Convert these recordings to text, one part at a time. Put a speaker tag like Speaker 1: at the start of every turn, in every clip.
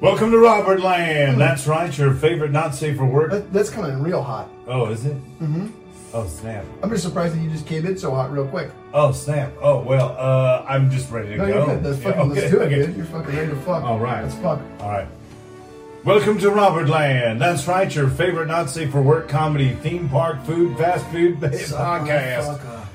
Speaker 1: Welcome to Robert Land. That's right, your favorite not safe for work.
Speaker 2: That, that's coming in real hot.
Speaker 1: Oh, is it? Mm-hmm. Oh snap!
Speaker 2: I'm just surprised that you just came in so hot real quick.
Speaker 1: Oh snap! Oh well, uh, I'm just ready to
Speaker 2: No,
Speaker 1: go.
Speaker 2: you're good. That's
Speaker 1: Yeah,
Speaker 2: fucking,
Speaker 1: okay,
Speaker 2: let's do it,
Speaker 1: okay.
Speaker 2: dude. You're fucking ready to fuck.
Speaker 1: All right.
Speaker 2: Let's fuck.
Speaker 1: All right. Welcome to Robert Land. That's right, your favorite not safe for work comedy, theme park, food, fast food based
Speaker 2: Suck my
Speaker 1: podcast.
Speaker 2: fuck up.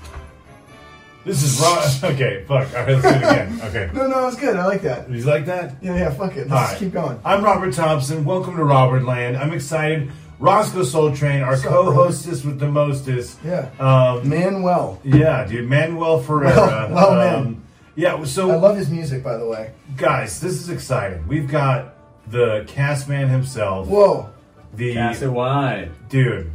Speaker 1: This is Rob. Okay, fuck. All right, let's do it again. Okay.
Speaker 2: No, no, it's good. I like that.
Speaker 1: You like that?
Speaker 2: Yeah, yeah, fuck it. Let's
Speaker 1: All
Speaker 2: just
Speaker 1: right.
Speaker 2: keep going.
Speaker 1: I'm Robert Thompson. Welcome to Robert Land. I'm excited. Roscoe Soul Train, our
Speaker 2: What's up,
Speaker 1: co hostess with the mostest.
Speaker 2: Yeah.
Speaker 1: Um,
Speaker 2: Manuel.
Speaker 1: yeah, dude. Manuel Ferreira. Um,
Speaker 2: Well, well, man.
Speaker 1: Yeah,
Speaker 2: I
Speaker 1: so
Speaker 2: love his music, by the way.
Speaker 1: guys, this is exciting. We've got the cast man himself.
Speaker 2: Whoa.
Speaker 1: The
Speaker 3: Cast it wide.
Speaker 1: dude.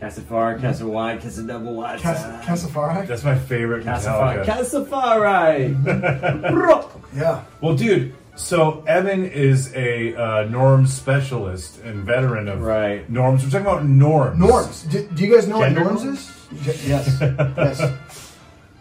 Speaker 3: Cast it far, cast it wide, cast it double wide.
Speaker 2: Cas- Casafari?
Speaker 1: That's my favorite Metallica.
Speaker 3: Casafari.
Speaker 2: Yeah.
Speaker 1: Well, dude, so Evan is a uh, norms specialist and veteran of
Speaker 3: Right.
Speaker 1: norms. We're talking about norms.
Speaker 2: Norms. Do, do you guys know
Speaker 1: Gender
Speaker 2: what norms
Speaker 1: norms?
Speaker 2: is? Ge- yes. yes.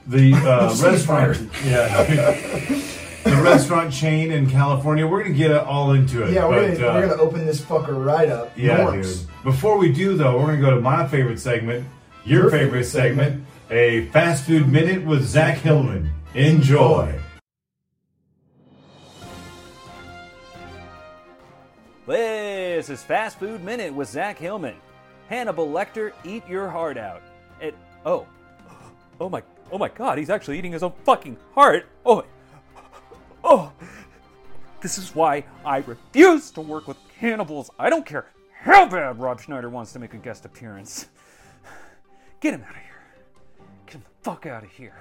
Speaker 1: The uh,
Speaker 2: Shots
Speaker 1: restaurant. Yeah. the restaurant chain in California. We're going to get all into it.
Speaker 2: Yeah, we're,
Speaker 1: but,
Speaker 2: gonna,
Speaker 1: uh,
Speaker 2: we're gonna open this fucker right up.
Speaker 1: Yeah,
Speaker 2: norms.
Speaker 1: dude. Before we do, though, we're going to go to my favorite segment, your,
Speaker 2: Your
Speaker 1: favorite,
Speaker 2: favorite
Speaker 1: segment, a fast food minute with Zach Hillman. Enjoy.
Speaker 3: This is Fast Food Minute with Zach Hillman. Hannibal Lecter, eat your heart out. It, oh, oh my, oh my God, he's actually eating his own fucking heart. Oh, my, oh, this is why I refuse to work with cannibals. I don't care how bad Rob Schneider wants to make a guest appearance. Get him out of here. Get him the fuck out of here.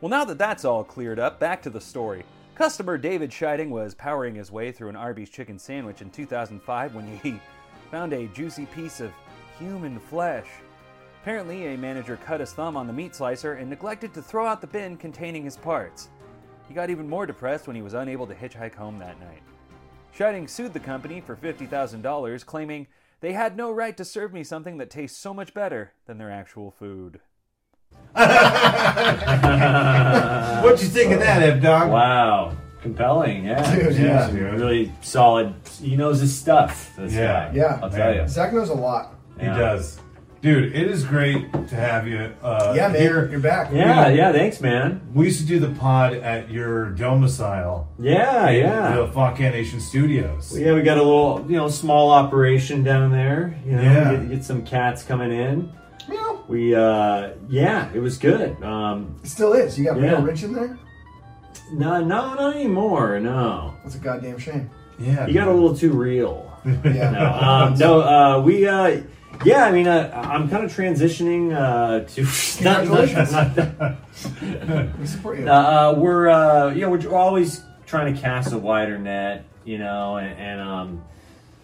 Speaker 3: Well, now that that's all cleared up, back to the story. Customer David Scheiding was powering his way through an Arby's chicken sandwich in 2005 when he found a juicy piece of human flesh. Apparently, a manager cut his thumb on the meat slicer and neglected to throw out the bin containing his parts. He got even more depressed when he was unable to hitchhike home that night. Scheiding sued the company for $50,000, claiming they had no right to serve me something that tastes so much better than their actual food.
Speaker 1: What'd you think of that, Ev Dog?
Speaker 4: Wow. Compelling, yeah.
Speaker 2: Dude,
Speaker 1: Yeah,
Speaker 2: yeah.
Speaker 1: dude.
Speaker 4: Really solid. He knows his stuff. This
Speaker 1: Yeah.
Speaker 4: guy.
Speaker 2: Yeah.
Speaker 4: I'll tell you.
Speaker 2: Zach knows a lot.
Speaker 1: He
Speaker 4: Yeah.
Speaker 1: does. Dude, it is great to have you uh,
Speaker 2: Yeah, man.
Speaker 1: here.
Speaker 2: You're back.
Speaker 4: Yeah, yeah. Thanks, man.
Speaker 1: We used to do the pod at your domicile,
Speaker 4: Yeah,
Speaker 1: the
Speaker 4: yeah.
Speaker 1: Foncan Nation Studios.
Speaker 4: Yeah, we got a little, you know, small operation down there. You know,
Speaker 1: Yeah.
Speaker 4: get, get some cats coming in.
Speaker 2: Meow.
Speaker 4: We, uh, yeah, it was good. Um,
Speaker 2: It still is. You got
Speaker 4: Yeah.
Speaker 2: real rich in there?
Speaker 4: no, no, not anymore. No,
Speaker 2: That's a goddamn shame.
Speaker 1: yeah.
Speaker 4: you got a little too real.
Speaker 2: Yeah.
Speaker 4: No, um, no, uh, we, uh, yeah, I mean, uh, I'm kind of transitioning uh, to not-
Speaker 2: Congratulations.
Speaker 4: not, not,
Speaker 2: We support you.
Speaker 4: Uh, uh, we're uh, you know we're always trying to cast a wider net, you know, and, and um,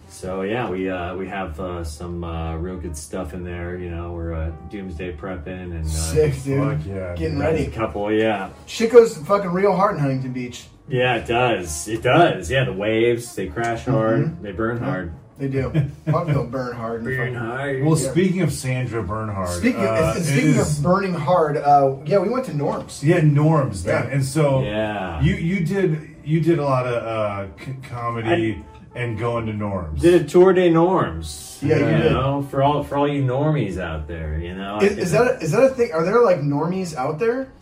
Speaker 4: so yeah, we uh, we have uh, some uh, real good stuff in there. You know, we're uh, doomsday prepping and uh,
Speaker 2: Sick, dude.
Speaker 1: Fuck yeah.
Speaker 2: Getting
Speaker 1: dude.
Speaker 4: got
Speaker 2: ready.
Speaker 4: A couple, yeah,
Speaker 2: Shit goes fucking real hard in Huntington Beach.
Speaker 4: yeah, it does, it does, yeah. The waves they crash hard, they burn hard,
Speaker 2: They do. Buckville Mm-hmm. burn hard. and fucking-
Speaker 4: hard.
Speaker 1: Well, speaking of Sandra Bernhard,
Speaker 2: Speaking,
Speaker 1: uh,
Speaker 2: and
Speaker 1: it
Speaker 2: speaking
Speaker 1: is-
Speaker 2: of burning hard, uh, yeah, we went to Norms.
Speaker 1: yeah, norms, man.
Speaker 2: Yeah.
Speaker 1: And so,
Speaker 4: Yeah.
Speaker 1: you you did you did a lot of uh, c- comedy and going to norms.
Speaker 4: did a tour de norms,
Speaker 2: Yeah, you
Speaker 4: you
Speaker 2: did.
Speaker 4: know, for all for all you normies out there, you know. I
Speaker 2: Is,
Speaker 4: think-
Speaker 2: is that a, is that a thing? Are there like normies out there?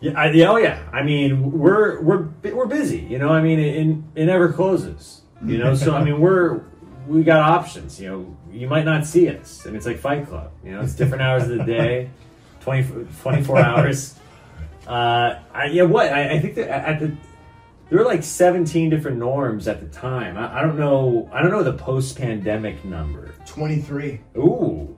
Speaker 4: Yeah, I, yeah, oh yeah. I mean, we're we're bu- we're busy. You know, I mean, it, it never closes. You know, so I mean, we're we got options. You know, you might not see us. I mean, it's like Fight Club. You know, it's different hours of the day, 20, 24 hours. Uh, I, yeah, what I, I think that at the there were like seventeen different norms at the time. I, I don't know. I don't know the post-pandemic number.
Speaker 2: Twenty three.
Speaker 4: Ooh,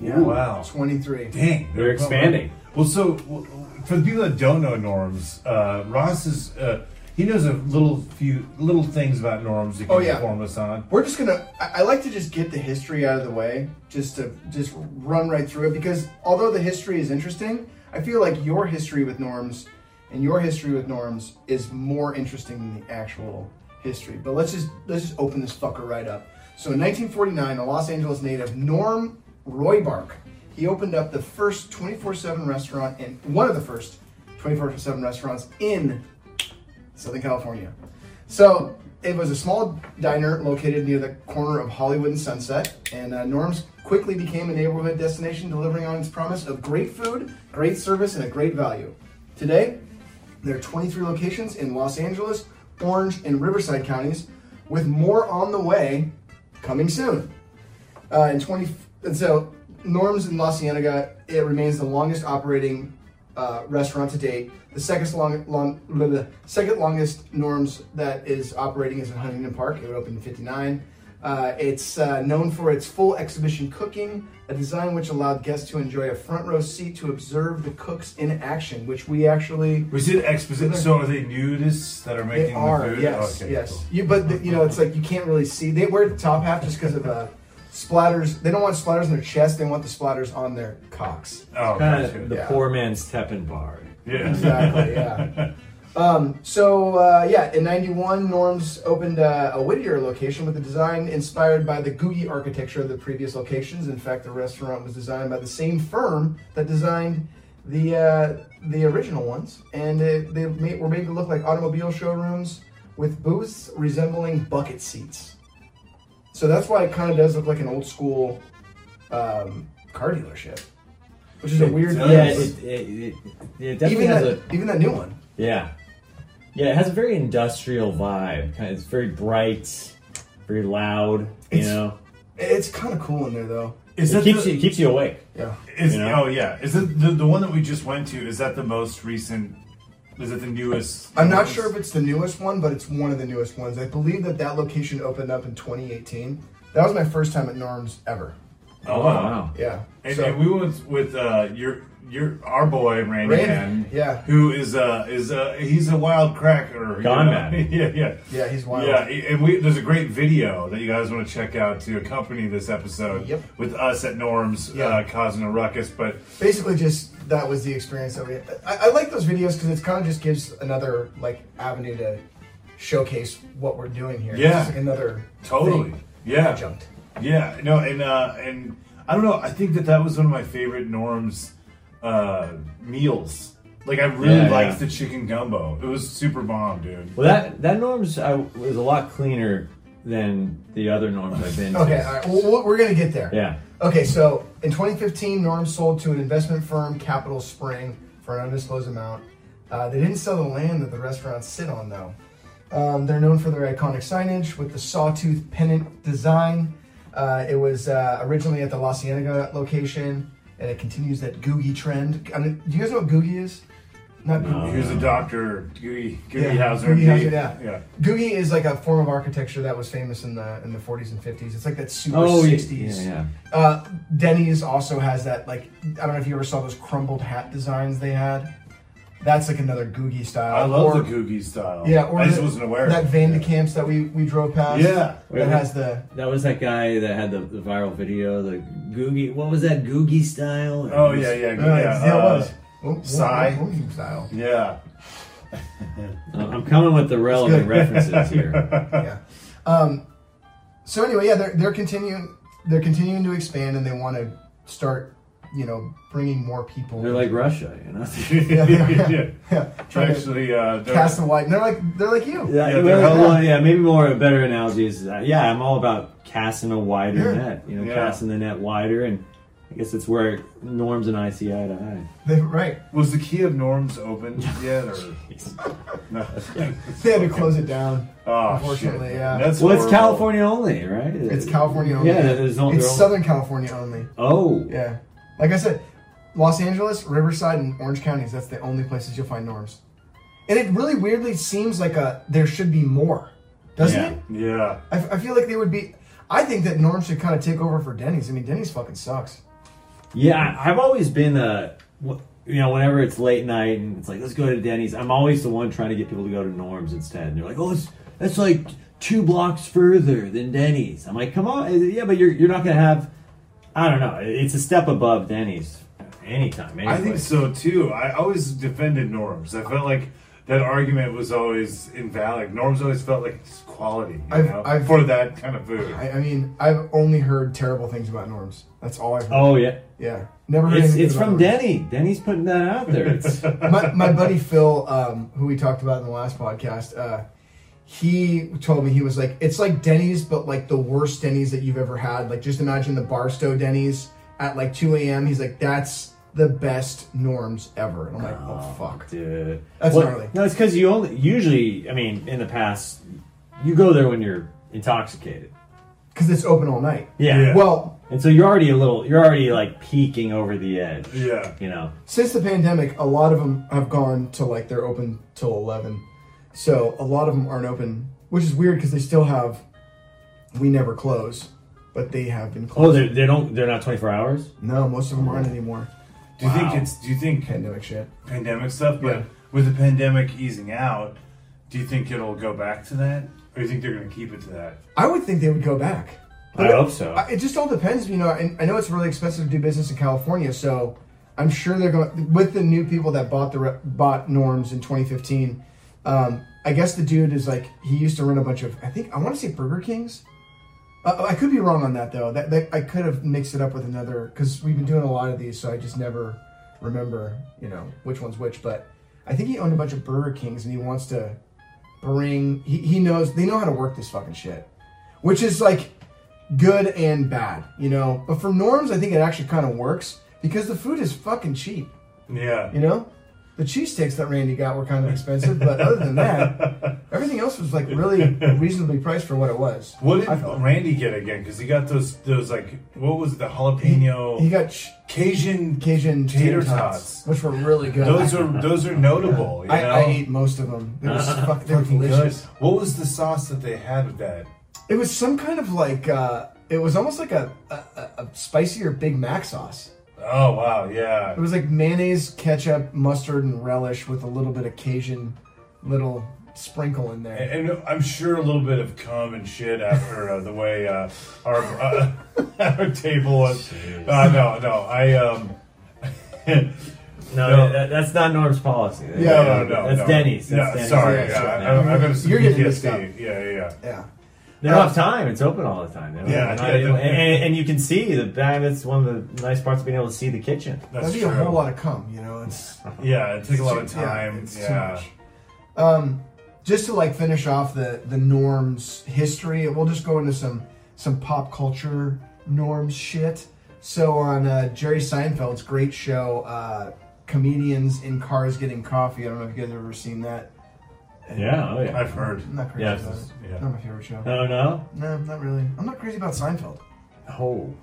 Speaker 2: Yeah.
Speaker 1: Wow.
Speaker 2: Twenty three.
Speaker 1: Dang,
Speaker 4: They're expanding.
Speaker 1: Well, so w- for the people that don't know norms, uh, Ross is uh, he knows a little few little things about norms. You can
Speaker 2: Oh, yeah.
Speaker 1: inform us on.
Speaker 2: We're just gonna. I, I like to just get the history out of the way, just to just run right through it because although the history is interesting, I feel like your history with norms and your history with norms is more interesting than the actual history. But let's just let's just open this fucker right up. So in 1949, a Los Angeles native, Norm Roybark, he opened up the first 24/7 restaurant and one of the first 24/7 restaurants in Southern California. So it was a small diner located near the corner of Hollywood and Sunset, and uh, Norm's quickly became a neighborhood destination, delivering on its promise of great food, great service, and a great value. Today, there are 23 locations in Los Angeles, Orange, and Riverside counties, with more on the way coming soon. Uh, in 20, and so Norm's in La Cienega, it remains the longest operating uh, restaurant to date. The second long, long blah, blah, second longest Norm's that is operating is in Huntington Park. It opened in '59. Uh, it's uh, known for its full exhibition cooking, a design which allowed guests to enjoy a front row seat to observe the cooks in action, which we actually
Speaker 1: Was it exposition? So are they nudists that are making
Speaker 2: they are
Speaker 1: the food?
Speaker 2: yes
Speaker 1: Okay,
Speaker 2: yes
Speaker 1: cool.
Speaker 2: you but the, you know it's like you can't really see they wear the top half just because of uh, splatters. They don't want splatters on their chest. They want the splatters on their cocks.
Speaker 1: Oh,
Speaker 4: Kind
Speaker 1: gotcha.
Speaker 4: of the
Speaker 2: Yeah.
Speaker 4: poor man's Teppan bar.
Speaker 1: yeah.
Speaker 2: Exactly, yeah. Um, so, uh, yeah, in 91, Norms opened uh, a Whittier location with a design inspired by the Gugi architecture of the previous locations. In fact, the restaurant was designed by the same firm that designed the uh, the original ones, and uh, they made, were made to look like automobile showrooms with booths resembling bucket seats. So that's why it kind of does look like an old school um, car dealership, which is a weird.
Speaker 1: does.
Speaker 4: Yeah, it, it, it, it definitely
Speaker 2: even
Speaker 4: has
Speaker 2: that,
Speaker 4: a
Speaker 2: even that new one.
Speaker 4: Yeah. Yeah, it has a very industrial vibe. Kind of- It's very bright, very loud, you
Speaker 2: It's-
Speaker 4: know.
Speaker 2: It's kind of cool in there, though.
Speaker 1: Is
Speaker 4: It
Speaker 1: that
Speaker 4: keeps
Speaker 1: the,
Speaker 4: you it keeps you awake.
Speaker 2: Yeah.
Speaker 1: is,
Speaker 4: you know?
Speaker 1: Oh yeah. Is it the, the one that we just went to? Is that the most recent? Is it the newest?
Speaker 2: I'm not sure if it's the newest one, but it's one of the newest ones. I believe that that location opened up in 2018. That was my first time at Norm's ever.
Speaker 1: Oh wow.
Speaker 2: Yeah.
Speaker 1: And,
Speaker 2: So-
Speaker 1: and we went with uh, your your our boy Randy,
Speaker 2: Randy,
Speaker 1: Mann,
Speaker 2: yeah.
Speaker 1: who is uh is uh he's a wild cracker. you
Speaker 4: Gone
Speaker 1: know?
Speaker 4: mad.
Speaker 1: yeah, yeah,
Speaker 2: Yeah, he's wild.
Speaker 1: Yeah, and we there's a great video that you guys want to check out to accompany this episode.
Speaker 2: Yep.
Speaker 1: with us at Norm's
Speaker 2: Yeah.
Speaker 1: uh, causing a ruckus, but
Speaker 2: Basically, just that was the experience that we had. I, I like those videos because it kind of just gives another like avenue to showcase what we're doing here. It's
Speaker 1: Yeah.
Speaker 2: just another
Speaker 1: totally,
Speaker 2: thing.
Speaker 1: yeah,
Speaker 2: Jumped.
Speaker 1: Yeah, no, and uh, and I don't know. I think that that was one of my favorite Norm's uh, meals. Like I really
Speaker 4: Yeah,
Speaker 1: liked
Speaker 4: yeah.
Speaker 1: the chicken gumbo. It was super bomb, dude.
Speaker 4: Well, that that Norm's I, was a lot cleaner than the other Norm's I've been to.
Speaker 2: Okay. All right. Well, we'll- we're gonna get there.
Speaker 4: Yeah.
Speaker 2: Okay, so in 2015, Norm sold to an investment firm, Capital Spring, for an undisclosed amount. Uh, they didn't sell the land that the restaurants sit on, though. Um, they're known for their iconic signage with the sawtooth pennant design. Uh, it was uh, originally at the La Cienega location, and it continues that Googie trend. I mean, do you guys know what Googie is? Not Googie.
Speaker 1: He was a doctor, Goody
Speaker 2: Yeah,
Speaker 1: Goody Um, Hauser.
Speaker 2: Googie
Speaker 1: MD.
Speaker 2: Hauser, yeah. Googie is like a form of architecture that was famous in the in the 40s and 50s. It's like that super
Speaker 4: Oh, yeah,
Speaker 2: 60s.
Speaker 4: yeah, yeah.
Speaker 2: Uh, Denny's also has that like I don't know if you ever saw those crumbled hat designs they had. That's like another Googie style.
Speaker 1: I love
Speaker 2: Or-
Speaker 1: the Googie style.
Speaker 2: Yeah, or
Speaker 1: Uh, I just
Speaker 2: the-
Speaker 1: wasn't aware
Speaker 2: that
Speaker 1: of it.
Speaker 2: Van de Camps that we we drove past.
Speaker 1: Yeah.
Speaker 4: Wait,
Speaker 2: that
Speaker 4: wait.
Speaker 2: has the
Speaker 4: That was that guy that had the, the viral video, the Googie. What was that Googie style?
Speaker 1: Oh yeah, yeah,
Speaker 2: uh,
Speaker 1: yeah.
Speaker 2: yeah, it
Speaker 1: uh,
Speaker 2: was. Oh, Oop, oop,
Speaker 1: Psy.
Speaker 2: oop, oop, oh, style.
Speaker 1: yeah.
Speaker 4: I'm I'm coming with the relevant references here.
Speaker 2: yeah. Um, so anyway, yeah, they're they're continuing they're continuing to expand and they want to start you know bringing more people.
Speaker 4: They're like Russia, you know.
Speaker 1: yeah. yeah.
Speaker 2: yeah, trying to
Speaker 1: Actually, uh, they're-
Speaker 2: cast the wide. They're like they're like you.
Speaker 4: Yeah,
Speaker 1: Yeah,
Speaker 4: well,
Speaker 1: they're-
Speaker 4: well, yeah, maybe more a better analogy is that, yeah, I'm all about casting a wider
Speaker 2: Yeah.
Speaker 4: net, you know,
Speaker 1: Yeah.
Speaker 4: casting the net wider, and I guess it's where Norm's and I see eye to eye.
Speaker 2: They, right.
Speaker 1: was the key of Norm's open yet or no? Ah,
Speaker 2: They had to close it down.
Speaker 1: Oh,
Speaker 2: Unfortunately,
Speaker 1: shit.
Speaker 2: yeah.
Speaker 1: That's
Speaker 4: Well, it's
Speaker 1: horrible.
Speaker 4: California only, right?
Speaker 2: It's California only.
Speaker 4: Yeah, there's no.
Speaker 2: It's
Speaker 4: there's-
Speaker 2: Southern California only.
Speaker 4: Oh,
Speaker 2: Yeah. Like I said, Los Angeles, Riverside, and Orange counties, that's the only places you'll find norms. And it really weirdly seems like a there should be more, doesn't
Speaker 4: Yeah.
Speaker 2: it?
Speaker 1: Yeah.
Speaker 2: I, f- I feel like they would be. I think that norms should kind of take over for Denny's. I mean, Denny's fucking sucks.
Speaker 4: yeah. I- I've always been a, you know, whenever it's late night and it's like let's go to Denny's, I'm always the one trying to get people to go to Norm's instead. And they're like, oh, it's that's like two blocks further than Denny's. I'm like, come on, eh, yeah, but you're you're not gonna have, I don't know, it's a step above Denny's anytime.
Speaker 1: I
Speaker 4: Anyway.
Speaker 1: think so too. I always defended norms. I felt like that argument was always invalid. Norm's always felt like it's quality, you
Speaker 2: I've-
Speaker 1: know,
Speaker 2: I've-
Speaker 1: for that kind of food.
Speaker 2: I, I mean, I've only heard terrible things about Norms. That's all I've heard.
Speaker 4: Oh yeah,
Speaker 2: Yeah, never heard.
Speaker 4: it's
Speaker 2: anything
Speaker 4: it's
Speaker 2: about
Speaker 4: from
Speaker 2: Norms.
Speaker 4: Denny. Denny's putting that out there. It's,
Speaker 2: my, my buddy Phil, um, who we talked about in the last podcast, uh, he told me he was like, it's like Denny's, but like the worst Denny's that you've ever had. Like, just imagine the Barstow Denny's at like 2 a.m. He's like, that's the best norms ever. And I'm like, oh, fuck.
Speaker 4: dude.
Speaker 2: That's gnarly.
Speaker 4: No, it's because you only usually. I mean, in the past, you go there when you're intoxicated.
Speaker 2: Because it's open all night.
Speaker 4: Yeah.
Speaker 1: Yeah.
Speaker 2: Well,
Speaker 4: And so you're already a little. You're already like peeking over the edge.
Speaker 1: Yeah.
Speaker 4: You know.
Speaker 2: since the pandemic, a lot of them have gone to like they're open till 11. So a lot of them aren't open, which is weird because they still have, we never close, but they have been
Speaker 4: Oh,
Speaker 2: closed.
Speaker 4: they they don't. They're not 24 hours.
Speaker 2: no, most of them aren't anymore.
Speaker 1: Do you
Speaker 4: Wow.
Speaker 1: think it's? Do you think
Speaker 2: pandemic shit.
Speaker 1: pandemic stuff? But
Speaker 2: Yeah.
Speaker 1: with the pandemic easing out, do you think it'll go back to that, or you think they're going to keep it to that?
Speaker 2: I would think they would go back.
Speaker 4: I hope so.
Speaker 2: I- It just all depends, you know. And I know it's really expensive to do business in California, so I'm sure they're going with the new people that bought the re- bought Norms in 2015. Um, I guess the dude is like he used to run a bunch of I think I want to say Burger Kings. Uh, I could be wrong on that though. That, that I could have mixed it up with another because we've been doing a lot of these, so I just never remember, you know, which one's which. But I think he owned a bunch of Burger Kings, and he wants to bring. He, he knows they know how to work this fucking shit, which is like good and bad, you know. But for norms, I think it actually kind of works because the food is fucking cheap,
Speaker 1: Yeah.
Speaker 2: you know. The cheesesteaks that Randy got were kind of expensive, but other than that, everything else was like really reasonably priced for what it was.
Speaker 1: What did
Speaker 2: I felt.
Speaker 1: Randy get again? Because he got those those like what was it, the jalapeno
Speaker 2: He got ch-
Speaker 1: Cajun
Speaker 2: Cajun tater,
Speaker 1: Tater
Speaker 2: tots,
Speaker 1: tots.
Speaker 2: which were really good.
Speaker 1: Those are those are notable. You
Speaker 2: I,
Speaker 1: know?
Speaker 2: I ate most of them. They were, s- fuck, they were
Speaker 1: Fucking good.
Speaker 2: delicious.
Speaker 1: What was the sauce that they had with that?
Speaker 2: It was some kind of like uh, it was almost like a, a, a- a spicier Big Mac sauce.
Speaker 1: Oh wow,
Speaker 2: It
Speaker 1: yeah.
Speaker 2: was like mayonnaise, ketchup, mustard, and relish with a little bit of Cajun little sprinkle in there.
Speaker 1: And and I'm sure a little bit of cum and shit after uh, the way uh, our uh, our table was. Uh, no, no, I um,
Speaker 4: no,
Speaker 1: No.
Speaker 4: That, that's not Norm's policy. Yeah.
Speaker 1: no, no, no,
Speaker 4: That's
Speaker 1: no.
Speaker 4: Denny's. That's
Speaker 1: Yeah,
Speaker 4: Denny's.
Speaker 1: sorry,
Speaker 4: Yeah,
Speaker 1: yeah,
Speaker 4: that's right.
Speaker 1: I, I, I got some
Speaker 2: You're
Speaker 1: PTSD.
Speaker 2: getting mixed
Speaker 1: Yeah, yeah, yeah.
Speaker 2: Yeah.
Speaker 4: They don't have time. It's open all the time. They don't-
Speaker 1: Yeah,
Speaker 4: they're not
Speaker 1: yeah,
Speaker 4: able-
Speaker 1: they-
Speaker 4: and, and, and you can see the. I mean, that's one of the nice parts of being able to see the kitchen.
Speaker 1: That's
Speaker 2: That'd be
Speaker 1: true.
Speaker 2: a whole lot of cum, you know. It's
Speaker 1: yeah, it took a lot of
Speaker 2: it's too- yeah,
Speaker 1: time.
Speaker 2: it's
Speaker 1: Yeah,
Speaker 2: too much. Um, just to like finish off the the norms history, we'll just go into some some pop culture norms shit. So on uh, Jerry Seinfeld's great show, uh, comedians in cars getting coffee. I don't know if you guys have ever seen that.
Speaker 4: Yeah. Oh yeah.
Speaker 1: I've heard.
Speaker 2: I'm not crazy
Speaker 4: Yeah,
Speaker 2: about it.
Speaker 4: it's-
Speaker 1: yeah.
Speaker 2: Not my favorite show.
Speaker 4: No. No.
Speaker 2: No, not really. I'm not crazy about Seinfeld. Oh.
Speaker 4: Oh.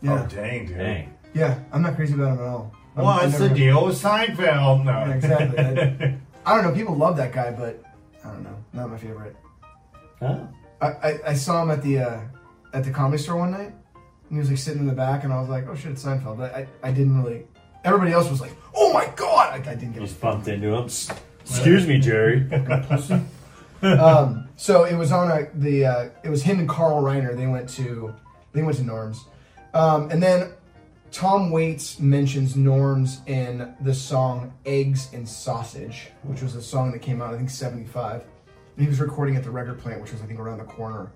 Speaker 2: Yeah,
Speaker 1: Oh dang, dude.
Speaker 4: Dang.
Speaker 2: yeah, I'm not crazy about him at all. I'm- I
Speaker 1: What's
Speaker 2: never-
Speaker 1: the deal with Seinfeld? No.
Speaker 2: Yeah, exactly. I, I don't know. People love that guy, but I don't know. Not my favorite.
Speaker 4: Huh?
Speaker 2: I, I, I saw him at the uh, at the comedy store one night, and he was like sitting in the back, and I was like, "Oh shit, it's Seinfeld." But I, I didn't really. Everybody else was like, "Oh my god!" I, I didn't get
Speaker 4: Just bumped into him. Excuse me, Jerry.
Speaker 2: it. Um, so it was on a, the uh, it was him and Carl Reiner. They went to they went to Norms, um, and then Tom Waits mentions Norms in the song "Eggs and Sausage," which was a song that came out I think '75. And he was recording at the record plant, which was I think around the corner.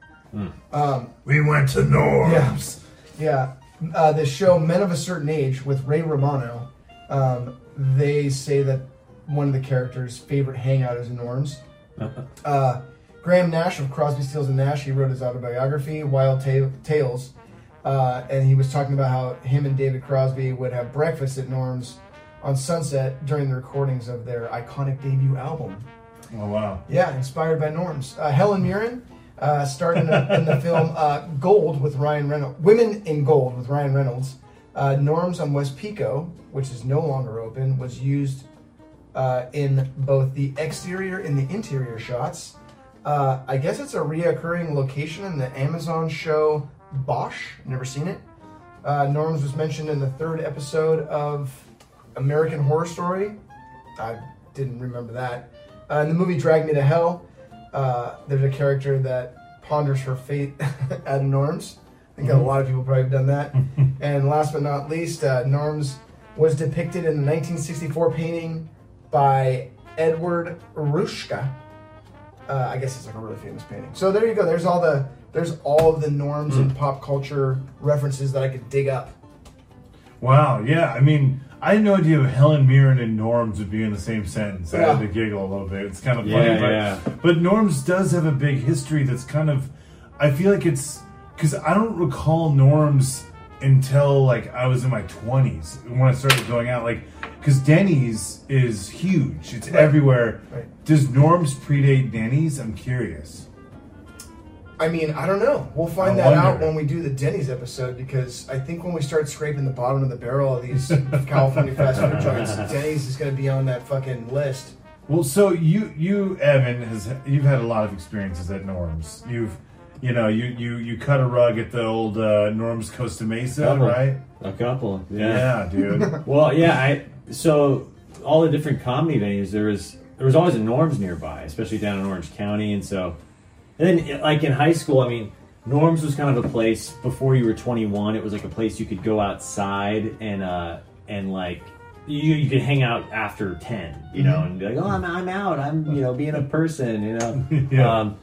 Speaker 1: We went to Norms.
Speaker 2: Yeah. Yeah, uh, the show Men of a Certain Age with Ray Romano, um, they say that one of the characters' favorite hangout is Norm's. Uh, Graham Nash of Crosby, Stills and Nash, he wrote his autobiography, Wild Ta- Tales, uh, and he was talking about how him and David Crosby would have breakfast at Norm's on Sunset during the recordings of their iconic debut album.
Speaker 1: Oh wow.
Speaker 2: Yeah, inspired by Norms. Uh, Helen Mirren uh, starred in, a, in the film uh, Gold with Ryan Reynolds. Women in Gold with Ryan Reynolds. Uh, Norms on West Pico, which is no longer open, was used uh, in both the exterior and the interior shots. Uh, I guess it's a reoccurring location in the Amazon show Bosch. Never seen it. Uh, Norms was mentioned in the third episode of American Horror Story. I didn't remember that. Uh, in the movie Drag Me to Hell, uh, there's a character that ponders her fate at Norms. I think a lot of people probably have done that. and last but not least, uh, Norms was depicted in the 1964 painting by Edward Rushka. Uh, I guess it's like a really famous painting. So there you go. There's all the there's all the norms and pop culture references that I could dig up.
Speaker 1: Wow, yeah. I mean, I had no idea Helen Mirren and Norms would be in the same sentence. I had
Speaker 2: Yeah.
Speaker 1: to giggle a little bit. It's kind of funny.
Speaker 4: Yeah,
Speaker 1: but,
Speaker 4: yeah.
Speaker 1: but Norms does have a big history that's kind of. I feel like it's. Because I don't recall Norms until, like, I was in my 20s when I started going out. Like, because Denny's is huge, it's everywhere.
Speaker 2: Right.
Speaker 1: Does Norms predate Denny's? I'm curious.
Speaker 2: I mean, I don't know. We'll find
Speaker 1: I
Speaker 2: that out
Speaker 1: wonder.
Speaker 2: when we do the Denny's episode because I think when we start scraping the bottom of the barrel of these California fast food joints, Denny's is going to be on that fucking list.
Speaker 1: Well, so you you Evan has you've had a lot of experiences at Norms. You've you know you you you cut a rug at the old uh, Norms Costa Mesa,
Speaker 4: Couple.
Speaker 1: right?
Speaker 4: A couple.
Speaker 1: Yeah, dude.
Speaker 4: Well, yeah, I so all the different comedy venues there was there was always a Norms nearby, especially down in Orange County, and so and then like in high school, I mean, Norms was kind of a place before you were 21. It was like a place you could go outside and uh and like you you could hang out after 10, you know, and be like, oh, I'm I'm out, I'm you know being a person, you know.
Speaker 1: Yeah.
Speaker 4: Um,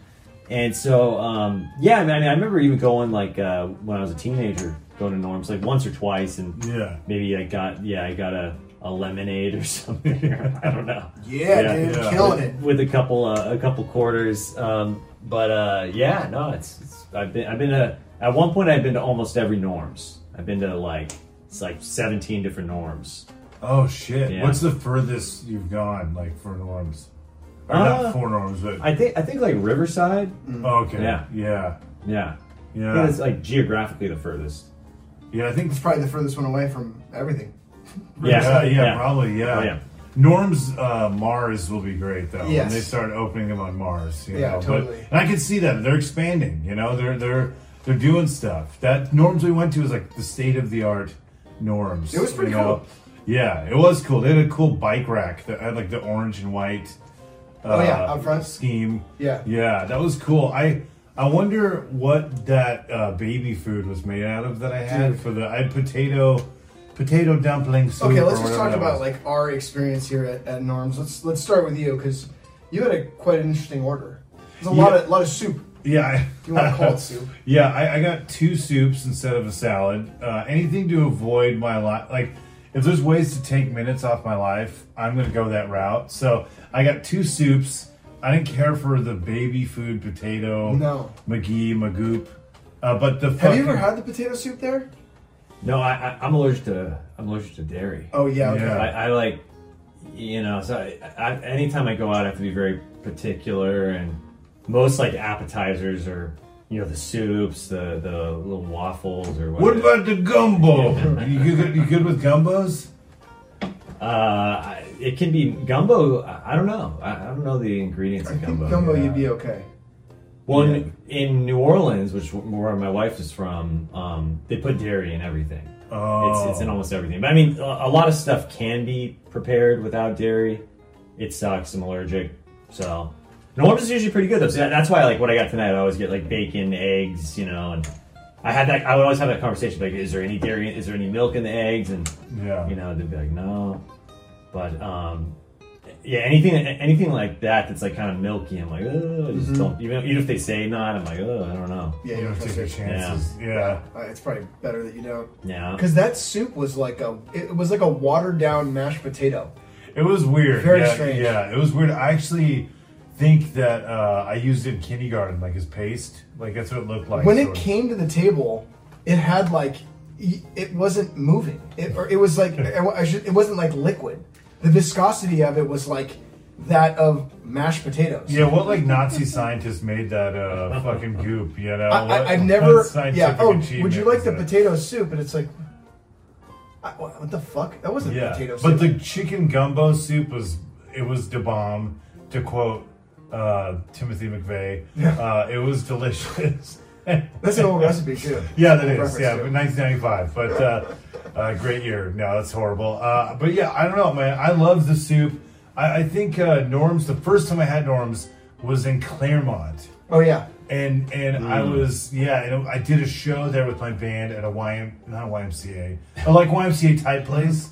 Speaker 4: and so, um, yeah, I mean, I remember even going like uh, when I was a teenager, going to Norms like once or twice, and
Speaker 1: yeah.
Speaker 4: Maybe I got yeah, I got a, a lemonade or something. I don't know.
Speaker 2: Yeah,
Speaker 4: Yeah,
Speaker 2: dude,
Speaker 1: yeah.
Speaker 2: killing it.
Speaker 4: With a couple uh, a couple quarters, um, but uh, yeah, no, it's, it's I've been I've been to at one point I've been to almost every norms. I've been to like it's like seventeen different norms.
Speaker 1: Oh shit!
Speaker 4: Yeah.
Speaker 1: What's the furthest you've gone, like for Norms? Or
Speaker 4: Uh,
Speaker 1: not for Norms, but
Speaker 4: I think I think like Riverside.
Speaker 2: Mm.
Speaker 1: okay.
Speaker 4: Yeah.
Speaker 1: yeah,
Speaker 4: Yeah, I think
Speaker 1: yeah,
Speaker 4: it's like geographically the furthest.
Speaker 1: yeah. I think
Speaker 2: It's probably the furthest one away from everything.
Speaker 1: yeah,
Speaker 4: Yeah,
Speaker 1: yeah, probably yeah.
Speaker 4: Oh, yeah.
Speaker 1: Norms uh, Mars will be great though when
Speaker 2: Yes.
Speaker 1: they start opening them on Mars. you
Speaker 2: Yeah,
Speaker 1: know, but-
Speaker 2: totally.
Speaker 1: and I can see that they're expanding. You know, they're they're they're doing stuff. That Norms we went to was like the state of the art Norms.
Speaker 2: It was pretty
Speaker 1: you know?
Speaker 2: cool.
Speaker 1: Yeah, it was cool. They had a cool bike rack that had like the orange and white.
Speaker 2: Oh, yeah,
Speaker 1: uh,
Speaker 2: up front?
Speaker 1: scheme.
Speaker 2: Yeah.
Speaker 1: yeah, that was cool. I. I wonder what that uh, baby food was made out of that I had
Speaker 2: Dude.
Speaker 1: for the I had potato potato dumpling soup.
Speaker 2: Okay,
Speaker 1: or
Speaker 2: let's just
Speaker 1: whatever
Speaker 2: talk
Speaker 1: that
Speaker 2: about
Speaker 1: was.
Speaker 2: like our experience here at, at Norms. Let's let's start with you because you had a quite an interesting order. There's a lot
Speaker 1: Yeah.
Speaker 2: of lot of soup.
Speaker 1: Yeah, I,
Speaker 2: You wanna call it soup?
Speaker 1: Yeah, I, I got two soups instead of a salad. Uh, anything to avoid my life. Like, if there's ways to take minutes off my life, I'm gonna go that route. So I got two soups. I didn't care for the baby food potato.
Speaker 2: No.
Speaker 1: McGee Magoop. Uh, but the
Speaker 2: Have you
Speaker 1: fucking-
Speaker 2: ever had the potato soup there?
Speaker 4: No, I, I I'm allergic to I'm allergic to dairy.
Speaker 2: Oh yeah. Okay.
Speaker 1: Yeah.
Speaker 4: I, I like, you know, so I, I, anytime I go out, I have to be very particular, and most like appetizers or you know the soups, the the little waffles or
Speaker 1: What
Speaker 4: whatever.
Speaker 1: about the gumbo? you, good, you good with gumbos?
Speaker 4: Uh, I- it can be gumbo. I I don't know. I, I don't know the ingredients
Speaker 2: I
Speaker 4: of
Speaker 2: think
Speaker 4: gumbo.
Speaker 2: gumbo,
Speaker 4: yeah.
Speaker 2: you'd be okay.
Speaker 4: Well, in, in New Orleans, which where my wife is from, um, they put dairy in everything.
Speaker 1: Oh.
Speaker 4: It's, it's in almost everything. But I mean, a, a lot of stuff can be prepared without dairy. It sucks. I'm allergic. So, Norm's is usually pretty good though. So that- that's why, like, what I got tonight, I always get like bacon, eggs, you know, and I had that. I would always have that conversation, like, is there any dairy? Is there any milk in the eggs? And
Speaker 1: Yeah.
Speaker 4: you know, they'd be like, no. But um, yeah, anything, anything like that that's like kind of milky, I'm like, oh, I just don't. Even, even if they say not, I'm like, oh, I don't know.
Speaker 2: Yeah,
Speaker 1: You
Speaker 2: you're
Speaker 1: don't take your
Speaker 2: okay.
Speaker 1: chances. yeah.
Speaker 2: Uh, it's probably better that you don't.
Speaker 4: Yeah.
Speaker 2: Because that soup was like a it was like a watered down mashed potato.
Speaker 1: It was weird.
Speaker 2: Very
Speaker 1: yeah,
Speaker 2: strange.
Speaker 1: Yeah, it was weird. I actually think that uh, I used it in kindergarten, like as paste. Like that's what it looked like.
Speaker 2: When
Speaker 1: sort
Speaker 2: it
Speaker 1: of.
Speaker 2: came to the table, it had like y- it wasn't moving. It or it was like I wa- I should- it wasn't like liquid. The viscosity of it was like that of mashed potatoes.
Speaker 1: Yeah, what like Nazi scientists made that uh, fucking goop? You know,
Speaker 2: I,
Speaker 1: What-
Speaker 2: I, I've
Speaker 1: what
Speaker 2: never.
Speaker 1: scientific
Speaker 2: Yeah. Oh, would
Speaker 1: achievement
Speaker 2: you like
Speaker 1: is
Speaker 2: the
Speaker 1: that?
Speaker 2: potato soup? And it's like, I, what what the fuck? That wasn't
Speaker 1: Yeah,
Speaker 2: potato soup.
Speaker 1: but the chicken gumbo soup was it was the bomb. To quote uh, Timothy McVeigh, uh, it was delicious.
Speaker 2: That's an old recipe too.
Speaker 1: Yeah, that
Speaker 2: Old
Speaker 1: is.
Speaker 2: reference
Speaker 1: Yeah,
Speaker 2: to it.
Speaker 1: but 1995. But uh, uh, great year. No, that's horrible. Uh, but yeah, I don't know, man. I love the soup. I, I think uh, Norm's. The first time I had Norm's was in Claremont,
Speaker 2: Oh yeah.
Speaker 1: and and I was yeah. And I did a show there with my band at a YM not YMCA, a like YMCA type place.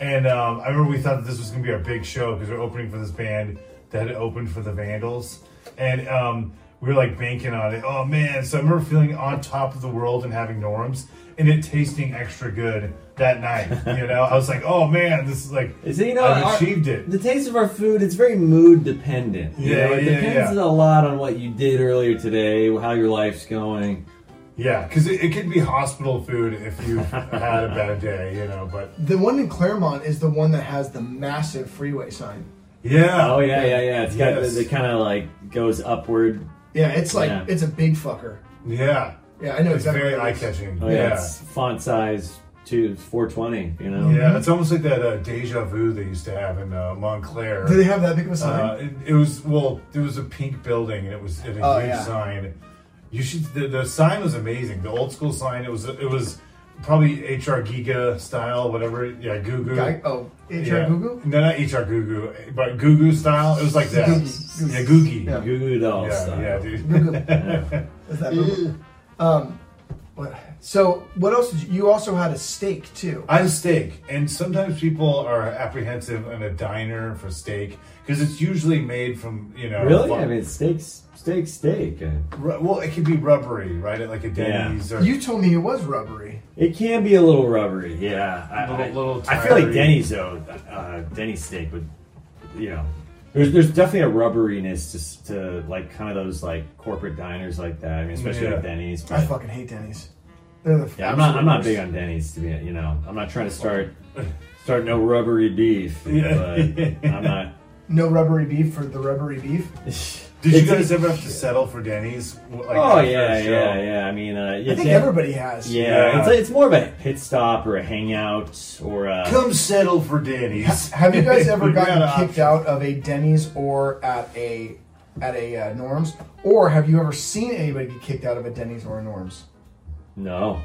Speaker 1: And um, I remember we thought that this was going to be our big show because we are opening for this band that had opened for the Vandals. And um, we were like banking on it. Oh man. So I remember feeling on top of the world and having norms and it tasting extra good that night. You know, I was like, oh man, this is like,
Speaker 4: So, you know,
Speaker 1: I've
Speaker 4: our-
Speaker 1: achieved it.
Speaker 4: The taste of our food, it's very mood dependent. You
Speaker 1: Yeah,
Speaker 4: know, it
Speaker 1: yeah,
Speaker 4: depends
Speaker 1: yeah.
Speaker 4: a lot on what you did earlier today, how your life's going.
Speaker 1: Yeah, because it, it could be hospital food if you've had a bad day, you know. But
Speaker 2: The one in Claremont is the one that has the massive freeway sign.
Speaker 1: yeah,
Speaker 4: Oh yeah, yeah, yeah. It's got
Speaker 1: Yes.
Speaker 4: it kind of like goes upward.
Speaker 2: Yeah, it's like
Speaker 4: Yeah.
Speaker 2: it's a big fucker.
Speaker 1: yeah,
Speaker 2: Yeah, I know
Speaker 1: it's
Speaker 2: exactly.
Speaker 1: very
Speaker 2: what
Speaker 1: eye
Speaker 2: it is.
Speaker 1: catching.
Speaker 4: Oh yeah,
Speaker 1: yeah,
Speaker 4: it's font size two, four twenty. You know.
Speaker 1: yeah, it's almost like that uh, deja vu they used to have in uh, Montclair.
Speaker 2: Do they have that big of a sign?
Speaker 1: Uh, it, it was well, it was a pink building, and it was it had a
Speaker 2: Oh,
Speaker 1: huge
Speaker 2: yeah.
Speaker 1: sign. You should. The, the sign was amazing. The old school sign. It was. It was probably HR Giga style, whatever. Yeah, Goo Goo.
Speaker 2: Guy, oh,
Speaker 1: Yeah.
Speaker 2: HR Google.
Speaker 1: No, not HR Goo Goo, but Goo Goo style. It was like that.
Speaker 2: Goo Goo.
Speaker 1: Yeah, Googie.
Speaker 2: Yeah.
Speaker 4: Goo Goo Doll
Speaker 1: Yeah,
Speaker 4: style.
Speaker 1: yeah, dude.
Speaker 2: Google.
Speaker 4: Yeah.
Speaker 2: Is that Google? Um, what? So what else? Did you, you also had a steak too.
Speaker 1: I have steak, and sometimes people are apprehensive in a diner for steak because it's usually made from you know.
Speaker 4: Really?
Speaker 1: ru-
Speaker 4: I mean, steaks, steak, steak. Uh,
Speaker 1: ru- well, it could be rubbery, right? At like a Denny's or
Speaker 2: You told me it was rubbery.
Speaker 4: It can be a little rubbery. Yeah. I-
Speaker 1: Little-
Speaker 4: I,
Speaker 1: little
Speaker 4: I feel
Speaker 1: tiry.
Speaker 4: like Denny's though. Uh, Denny's steak would, you know, there's there's definitely a rubberiness just to like kind of those like corporate diners like that. I mean, especially
Speaker 1: Yeah.
Speaker 4: like Denny's.
Speaker 2: I
Speaker 4: But,
Speaker 2: fucking hate Denny's. They're the
Speaker 4: yeah, I'm not I'm not big on Denny's to be. You know, I'm not trying to start start no rubbery beef.
Speaker 1: Yeah.
Speaker 4: But I'm not.
Speaker 2: No rubbery beef for the rubbery beef.
Speaker 1: Did you
Speaker 4: It's-
Speaker 1: guys ever have to settle for Denny's? Like,
Speaker 4: Oh
Speaker 1: after
Speaker 4: yeah,
Speaker 1: a show?
Speaker 4: yeah, yeah. I mean, uh, yeah,
Speaker 2: I think
Speaker 4: Den-
Speaker 2: everybody has.
Speaker 4: Yeah,
Speaker 1: Yeah.
Speaker 4: It's, like, it's more of a pit stop or a hangout or uh, a,
Speaker 1: Come settle for Denny's.
Speaker 2: Have you guys ever
Speaker 1: We
Speaker 2: gotten
Speaker 1: got
Speaker 2: kicked
Speaker 1: options.
Speaker 2: out of a Denny's or at a at a uh, Norms, or have you ever seen anybody get kicked out of a Denny's or a Norms?
Speaker 4: no.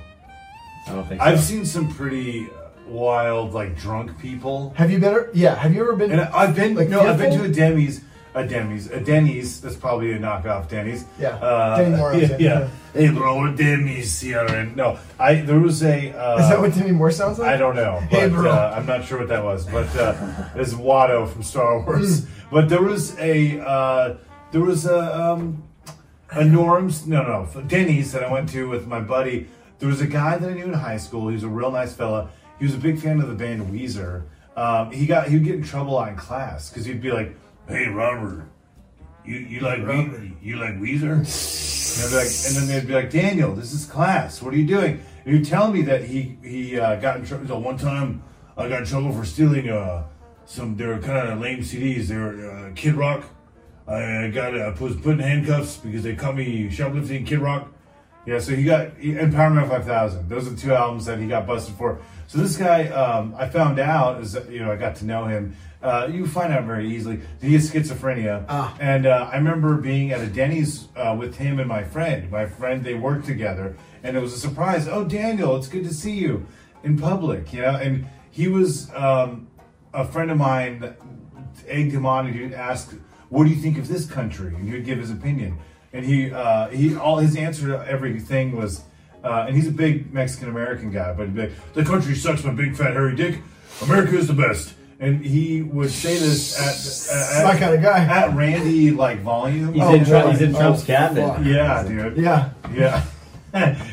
Speaker 4: I don't think so.
Speaker 1: I've seen some pretty uh, wild, like drunk people,
Speaker 2: Have you better? Yeah. Have you ever been?
Speaker 1: and I've been
Speaker 2: Like
Speaker 1: no, I've been to
Speaker 2: fearful?
Speaker 1: a Denny's, a Denny's, a Denny's. That's probably a knockoff Denny's.
Speaker 2: Yeah,
Speaker 1: uh,
Speaker 2: Denny Moore owns
Speaker 1: yeah,
Speaker 2: it.
Speaker 1: yeah. Hey, bro, we're Denny's here, and no, I there was a. Uh,
Speaker 2: is that what Demi Moore sounds like?
Speaker 1: I don't know. But,
Speaker 2: Hey, bro.
Speaker 1: Uh, I'm not sure what that was, but uh, it was Watto from Star Wars. but there was a uh, there was a um, a Norm's no no for Denny's that I went to with my buddy. There was a guy that I knew in high school. He was a real nice fella. He was a big fan of the band Weezer. Um, he got he'd get in trouble out in class because he'd be like, "Hey Robert, you you like Weezer? You like Weezer?" And, they'd be like, and then they'd be like, Daniel, this is class. What are you doing? And you tell me that he he uh, got in trouble. One time, I got in trouble for stealing uh, some. They were kind of lame CDs. They were uh, Kid Rock. I I got I was put in handcuffs because they caught me shoplifting Kid Rock. Yeah, so he got he, and Power Man Five Thousand. Those are the two albums that he got busted for. So this guy, um, I found out is that, you know I got to know him. Uh, you find out very easily that he has schizophrenia.
Speaker 2: Ah.
Speaker 1: And uh, I remember being at a Denny's uh, with him and my friend. My friend, they worked together, and it was a surprise. Oh, Daniel, it's good to see you in public. You know, and he was um, a friend of mine that egged him on and he'd ask, "What do you think of this country?" And he would give his opinion. And he uh, he all his answer to everything was, uh, and he's a big Mexican American guy, but he'd be like, "The country sucks, my big fat hairy dick. America is the best." And he would say this at, at
Speaker 2: My kinda guy.
Speaker 1: at Randy like volume.
Speaker 4: He's
Speaker 2: Oh,
Speaker 4: in, Trump,
Speaker 2: boy.
Speaker 4: he's in
Speaker 2: Oh,
Speaker 4: Trump's cabinet.
Speaker 2: fuck.
Speaker 1: yeah, dude.
Speaker 2: Yeah.
Speaker 1: Yeah.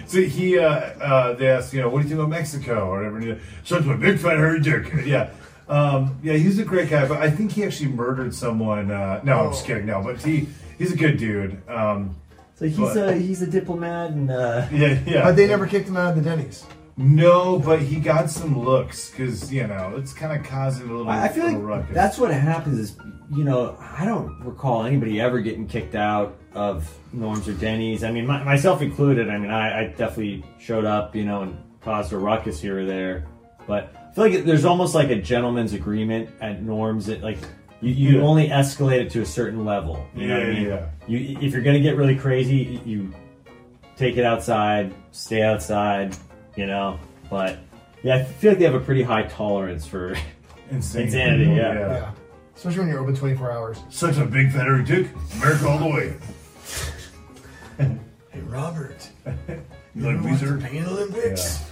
Speaker 1: so he, uh, uh, they asked, you know, what do you think about Mexico or whatever? And he, Such a big fat hairy dick. Yeah. Um, yeah, he's a great guy, but I think he actually murdered someone. Uh, no,
Speaker 2: Oh.
Speaker 1: I'm just kidding. No, but he, he's a good dude. Um,
Speaker 4: So he's
Speaker 1: But-
Speaker 4: a he's a diplomat and uh,
Speaker 1: yeah, yeah.
Speaker 2: But they never kicked him out of the Denny's.
Speaker 1: no, but he got some looks because, you know, it's kind of causing a little,
Speaker 4: I I feel
Speaker 1: little
Speaker 4: like
Speaker 1: ruckus.
Speaker 4: that's what happens is you know I don't recall anybody ever getting kicked out of Norms or Denny's. I mean my, myself included. I mean I, I definitely showed up you know and caused a ruckus here or there, but I feel like there's almost like a gentleman's agreement at Norms that like. You, you
Speaker 1: Yeah.
Speaker 4: only escalate it to a certain level. You know what I
Speaker 1: Yeah,
Speaker 4: mean?
Speaker 1: yeah.
Speaker 4: You, if you're gonna get really crazy, you take it outside, stay outside, you know. But yeah, I feel like they have a pretty high tolerance for.
Speaker 1: Insane.
Speaker 4: Insanity, yeah.
Speaker 2: Yeah. Especially when you're open 24 hours.
Speaker 1: Such a big fat hairy dick. America all the way.
Speaker 2: Hey Robert,
Speaker 1: You like Weezer?
Speaker 2: Olympics?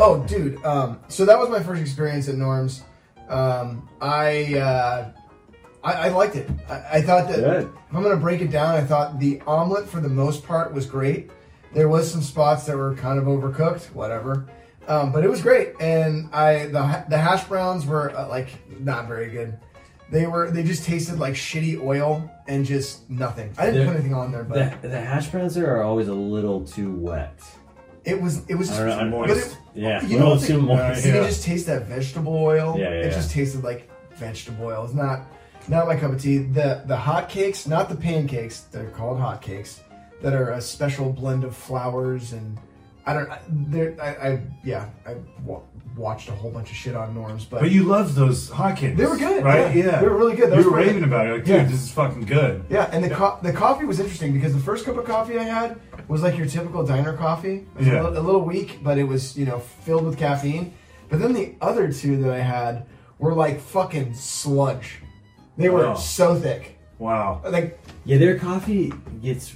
Speaker 2: Oh, dude. Um, so that was my first experience at Norm's. Um, I, uh, I I liked it. I, I thought that
Speaker 4: Good.
Speaker 2: if I'm gonna break it down, I thought the omelet for the most part was great. There was some spots that were kind of overcooked, whatever, um, but it was great. And I the ha- the hash browns were uh, like not very good. They were they just tasted like shitty oil and just nothing. I didn't
Speaker 4: They're-
Speaker 2: put anything on there, but
Speaker 4: The, the hash browns there are always a little too wet.
Speaker 2: it was it was
Speaker 4: I
Speaker 2: just
Speaker 4: don't know. I'm-
Speaker 1: Moist.
Speaker 2: but it-
Speaker 4: yeah,
Speaker 2: you
Speaker 4: a
Speaker 2: know,
Speaker 4: little
Speaker 2: it's
Speaker 4: too
Speaker 2: like-
Speaker 4: moist.
Speaker 2: You
Speaker 1: Yeah.
Speaker 2: can just taste that vegetable oil.
Speaker 4: Yeah, yeah,
Speaker 2: it just
Speaker 4: yeah.
Speaker 2: tasted like vegetable oil. It's not not my cup of tea. The the hot cakes, not the pancakes. They're called hot cakes. That are a special blend of flours and I don't. I- They're, I, I yeah. I wa- watched a whole bunch of shit on Norms, but,
Speaker 1: But you loved those hotcakes.
Speaker 2: They were good,
Speaker 1: right?
Speaker 2: yeah.
Speaker 1: Yeah,
Speaker 2: They were really good. That was
Speaker 1: you were
Speaker 2: pretty-
Speaker 1: raving about it. Like, dude,
Speaker 2: Yeah.
Speaker 1: this is fucking good.
Speaker 2: yeah. And the co- the coffee was interesting because the first cup of coffee I had was like your typical diner coffee. It was a,
Speaker 1: Yeah.
Speaker 2: little, a little weak, but it was you know filled with caffeine. But then the other two that I had were like fucking sludge. They were
Speaker 1: Wow.
Speaker 2: so thick.
Speaker 1: Oh. Wow.
Speaker 2: Like
Speaker 4: Yeah, their coffee gets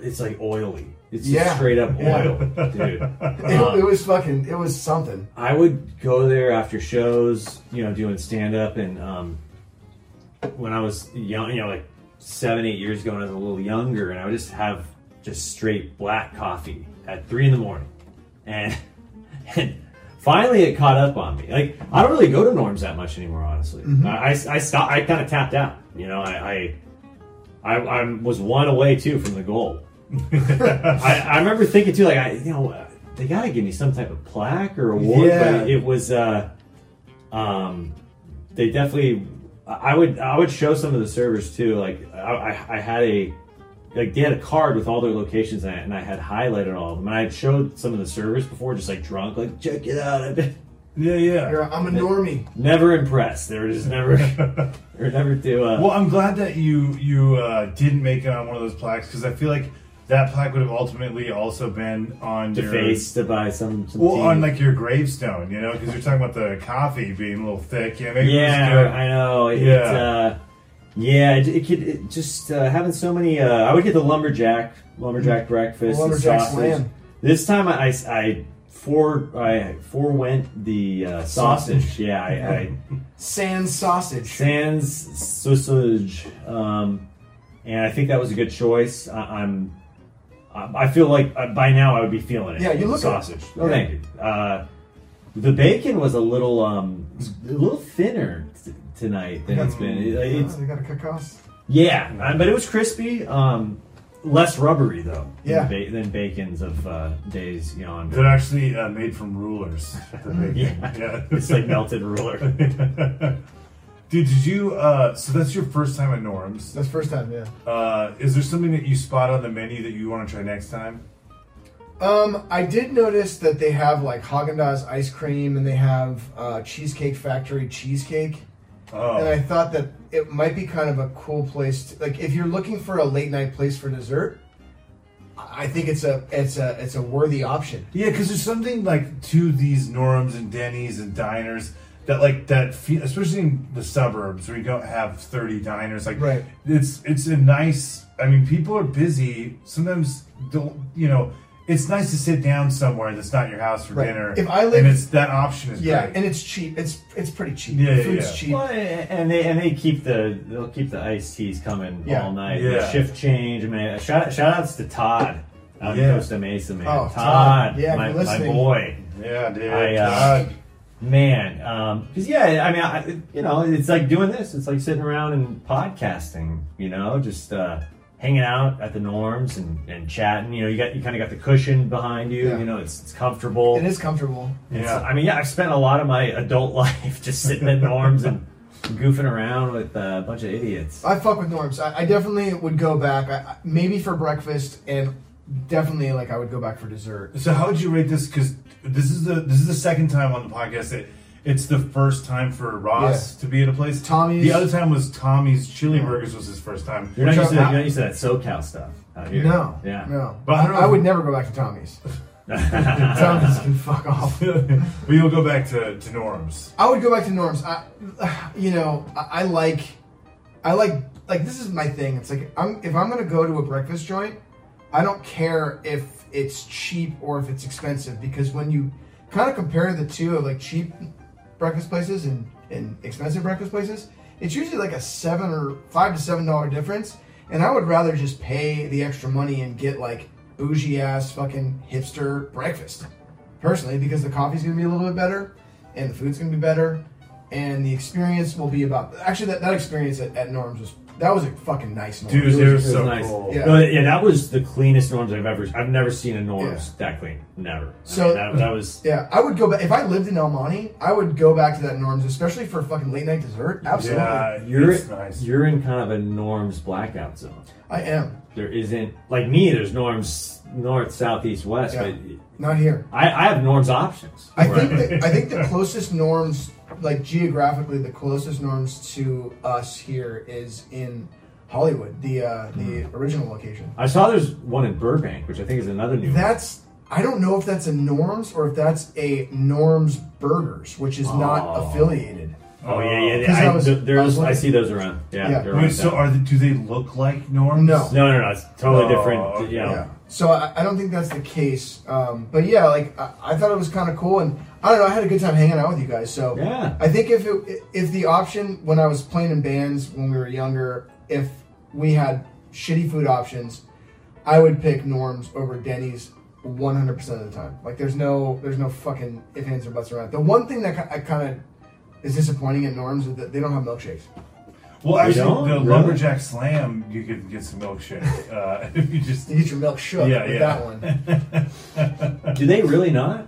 Speaker 4: it's like oily. It's just
Speaker 2: Yeah.
Speaker 4: straight up
Speaker 2: Yeah.
Speaker 4: oil, dude.
Speaker 2: it,
Speaker 1: Uh-huh.
Speaker 4: Um,
Speaker 2: it was fucking. It was something.
Speaker 4: I would go there after shows, you know, doing stand up. And um, when I was young, you know, like seven, eight years ago, when I was a little younger, and I would just have just straight black coffee at three in the morning. And, and finally it caught up on me. Like, I don't really go to Norm's that much anymore, honestly. I, I, I stopped, I kind of tapped out. You know, I, I, I, I was one away too from the goal. I, I remember thinking too, like, I, you know, uh, they gotta give me some type of plaque or award,
Speaker 2: Yeah.
Speaker 4: but it was, uh, um, they definitely. I would, I would show some of the servers too. Like, I, I, I had a, like, they had a card with all their locations on it, and I had highlighted all of them. And I had showed some of the servers before, just like drunk, like, check it out. I've been
Speaker 1: Yeah, yeah.
Speaker 2: You're, I'm a normie.
Speaker 4: never impressed. They were just never, they were never too. Uh,
Speaker 1: Well, I'm glad that you you uh, didn't make it on one of those plaques because I feel like that plaque would have ultimately also been on your
Speaker 4: defaced by some. some
Speaker 1: Well,
Speaker 4: team.
Speaker 1: on like your gravestone, you know, because you're talking about the coffee being a little thick. Yeah, maybe it was
Speaker 4: Yeah,
Speaker 1: good.
Speaker 4: I know. It,
Speaker 1: Yeah.
Speaker 4: uh, yeah, it, it could it just uh, having so many. Uh, I would get the lumberjack,
Speaker 1: Mm.
Speaker 4: lumberjack breakfast,
Speaker 2: Lumberjack
Speaker 4: and sausage.
Speaker 2: slam.
Speaker 4: This time I, I, I four I forewent the uh, sausage. Yeah, I, I
Speaker 2: Sand sausage.
Speaker 4: sans sausage, um, and I think that was a good choice. I, I'm. I I feel like uh, by now I would be feeling it.
Speaker 2: Yeah, you
Speaker 4: with the
Speaker 2: look it.
Speaker 4: sausage. Oh,
Speaker 2: Yeah.
Speaker 4: thank you. Uh, the bacon was a little, um, a little thinner t- tonight than it's been. It-
Speaker 2: Oh,
Speaker 4: it's-
Speaker 2: they got a cacao.
Speaker 4: yeah, uh, but it was crispy. Um, less rubbery though. than
Speaker 2: Yeah.
Speaker 4: ba- than bacon's of uh, days gone.
Speaker 1: They're actually uh, made from rulers. that they make.
Speaker 4: Yeah.
Speaker 1: yeah.
Speaker 4: it's like melted ruler.
Speaker 1: Dude, did you? Uh, so that's your first time at Norm's.
Speaker 2: That's first time, yeah.
Speaker 1: Uh, is there something that you spot on the menu that you want to try next time?
Speaker 2: Um, I did notice that they have like Haagen Dazs ice cream, and they have uh, Cheesecake Factory cheesecake.
Speaker 1: Oh,
Speaker 2: and I thought that it might be kind of a cool place. To, like if you're looking for a late night place for dessert, I I think it's a it's a it's a worthy option.
Speaker 1: Yeah, because there's something like to these norms and Denny's and diners that like that, fe- especially in the suburbs where you don't have 30 diners. Like,
Speaker 2: Right.
Speaker 1: It's it's a nice. I mean, people are busy. Sometimes don't you know? It's nice to sit down somewhere that's not your house for
Speaker 2: Right.
Speaker 1: dinner.
Speaker 2: If I lived-
Speaker 1: and it's that option is
Speaker 2: Yeah,
Speaker 1: great.
Speaker 2: and it's cheap. It's it's pretty cheap.
Speaker 1: Yeah, yeah,
Speaker 2: Food's
Speaker 1: yeah.
Speaker 2: cheap.
Speaker 4: Well, and they and they keep the they'll keep the iced teas coming
Speaker 2: Yeah.
Speaker 4: all night.
Speaker 1: Yeah.
Speaker 4: The shift change. I mean, shout shout outs to Todd out
Speaker 1: Yeah.
Speaker 4: in Costa Mesa, man.
Speaker 2: Oh,
Speaker 4: Todd,
Speaker 2: Todd. Yeah, if
Speaker 4: my,
Speaker 2: you're
Speaker 4: my
Speaker 2: listening.
Speaker 4: boy,
Speaker 1: yeah, dude.
Speaker 4: I, uh,
Speaker 1: God.
Speaker 4: man. Because yeah, I mean, I, you know, it's like doing this. It's like sitting around and podcasting. You know, just uh, hanging out at the norms and, and chatting. You know, you got you kind of got the cushion behind you.
Speaker 2: Yeah.
Speaker 4: You know, it's it's comfortable.
Speaker 2: It is comfortable.
Speaker 1: Yeah.
Speaker 4: It's- I mean, yeah, I've spent a lot of my adult life just sitting in norms and goofing around with uh, a bunch of idiots.
Speaker 2: I fuck with norms. I, I definitely would go back. I, I- maybe for breakfast, and definitely like I would go back for dessert.
Speaker 1: So how would you rate this? Because this is the this is the second time on the podcast that it's the first time for Ross
Speaker 2: Yeah.
Speaker 1: to be at a place.
Speaker 2: Tommy's-
Speaker 1: The other time was Tommy's Chili Burgers was his first time.
Speaker 4: You're not,
Speaker 2: Which
Speaker 4: used to,
Speaker 2: I-
Speaker 4: you're not used to that SoCal stuff out here.
Speaker 2: No,
Speaker 4: Yeah.
Speaker 2: no.
Speaker 1: But I
Speaker 2: I,
Speaker 1: don't
Speaker 2: I
Speaker 1: know-
Speaker 2: would never go back to Tommy's. Tommy's can fuck off.
Speaker 1: we will go back to, to norms.
Speaker 2: I would go back to norms. I, you know, I, I like, I like, like this is my thing. It's like I'm if I'm gonna go to a breakfast joint, I don't care if it's cheap or if it's expensive because when you kind of compare the two of like cheap breakfast places and, and expensive breakfast places, it's usually like a seven or five to seven dollar difference. And I would rather just pay the extra money and get like bougie ass fucking hipster breakfast personally because the coffee's gonna be a little bit better and the food's gonna be better and the experience will be about actually that, that experience at, at Norm's was that was a fucking nice Norm's.
Speaker 1: Dude,
Speaker 4: It was-
Speaker 1: they were
Speaker 4: it was
Speaker 1: so
Speaker 4: nice.
Speaker 1: cool.
Speaker 4: Yeah.
Speaker 2: Yeah.
Speaker 4: No, yeah, that was the cleanest norms I've ever. I've never seen a norms that clean. Never. I
Speaker 2: So-
Speaker 4: mean, that, that was.
Speaker 2: Yeah, I would go back if I lived in El Monte. I would go back to that Norm's, especially for fucking late night dessert. Absolutely,
Speaker 1: Yeah,
Speaker 4: You're
Speaker 1: it's nice.
Speaker 4: you're in kind of a norms blackout zone.
Speaker 2: I am
Speaker 4: There isn't like me. There's norms north, south, east, west.
Speaker 2: Yeah.
Speaker 4: But
Speaker 2: not here.
Speaker 4: I, I have norms options.
Speaker 2: I think that, I think the closest Norm's, like geographically, the closest Norm's to us here is in Hollywood, the uh, the original location.
Speaker 4: I saw there's one in Burbank, which I think is another new. one.
Speaker 2: That's I don't know if that's a Norm's or if that's a Norm's Burgers, which is not
Speaker 4: Oh.
Speaker 2: affiliated.
Speaker 4: Oh yeah, yeah.
Speaker 2: Uh, 'Cause
Speaker 4: I,
Speaker 2: I was-
Speaker 4: th- there's,
Speaker 2: I was
Speaker 4: I,
Speaker 2: looking-
Speaker 4: see those around. Yeah.
Speaker 2: Yeah.
Speaker 4: they're
Speaker 1: Wait,
Speaker 4: around
Speaker 1: so
Speaker 4: town.
Speaker 1: are the, do they look like norms?
Speaker 2: No.
Speaker 4: no, no, no. It's totally
Speaker 1: Oh,
Speaker 4: different.
Speaker 1: okay.
Speaker 4: Yeah.
Speaker 2: Yeah. So I, I don't think that's the case. Um, but yeah, like I, I thought it was kind of cool, and I don't know. I had a good time hanging out with you guys. So
Speaker 4: Yeah.
Speaker 2: I think if it, if the option when I was playing in bands when we were younger, if we had shitty food options, I would pick Norm's over Denny's. 100% of the time like there's no there's no fucking ifs ands or buts around the one thing that ki- i kind of is disappointing at norms is that they don't have milkshakes
Speaker 1: Well,
Speaker 4: don't?
Speaker 1: actually, the
Speaker 4: Really?
Speaker 1: lumberjack slam, you could get some milkshake uh, if you just.
Speaker 2: you get your milk shook
Speaker 1: Yeah,
Speaker 2: with
Speaker 1: yeah.
Speaker 2: that one
Speaker 4: Do they really not?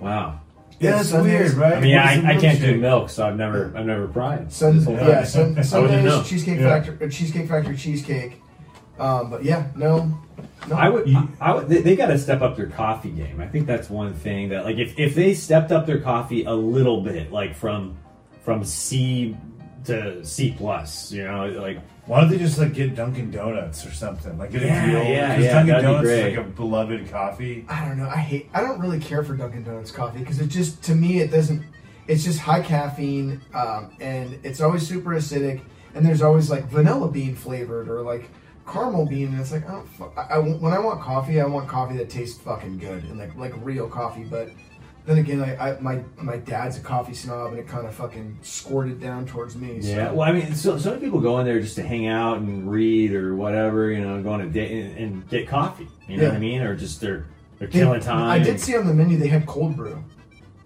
Speaker 4: Wow.
Speaker 1: Yeah, that's weird,
Speaker 2: Sundays-
Speaker 1: right?
Speaker 4: I mean,
Speaker 1: What is a
Speaker 4: I, I can't do
Speaker 1: milkshake?
Speaker 4: milk, so I've never I've never pried.
Speaker 2: Sun,
Speaker 4: this whole time.
Speaker 2: yeah, sun,
Speaker 4: know.
Speaker 2: Sundays, cheesecake
Speaker 1: Yeah.
Speaker 2: factory, or cheesecake factory cheesecake. Um, but yeah, no, no.
Speaker 4: I would. I, I would. They, they got to step up their coffee game. I think that's one thing that, like, if, if they stepped up their coffee a little bit, like from from C to C plus, you know, like
Speaker 1: Why don't they just like get Dunkin' Donuts or something? Like get
Speaker 4: Yeah,
Speaker 1: a deal.
Speaker 4: yeah,
Speaker 1: 'cause
Speaker 4: yeah,
Speaker 1: Dunkin'
Speaker 4: that'd be
Speaker 1: Donuts
Speaker 4: great.
Speaker 1: is like a beloved coffee.
Speaker 2: I don't know. I hate. I don't really care for Dunkin' Donuts coffee because it just to me it doesn't. It's just high caffeine, um, and it's always super acidic. And there's always like vanilla bean flavored or like caramel bean, and it's like I don't. fu- I, I- when I want coffee, I want coffee that tastes fucking good and like like real coffee. But then again, I, I my my dad's a coffee snob, and it kind of fucking squirted down towards me. So.
Speaker 4: Yeah, well, I mean, so some people go in there just to hang out and read or whatever, you know, go on a date and, and get coffee. You know
Speaker 2: Yeah.
Speaker 4: what I mean? Or just they're they're
Speaker 2: They-
Speaker 4: killing time.
Speaker 2: I did see on the menu they had cold brew.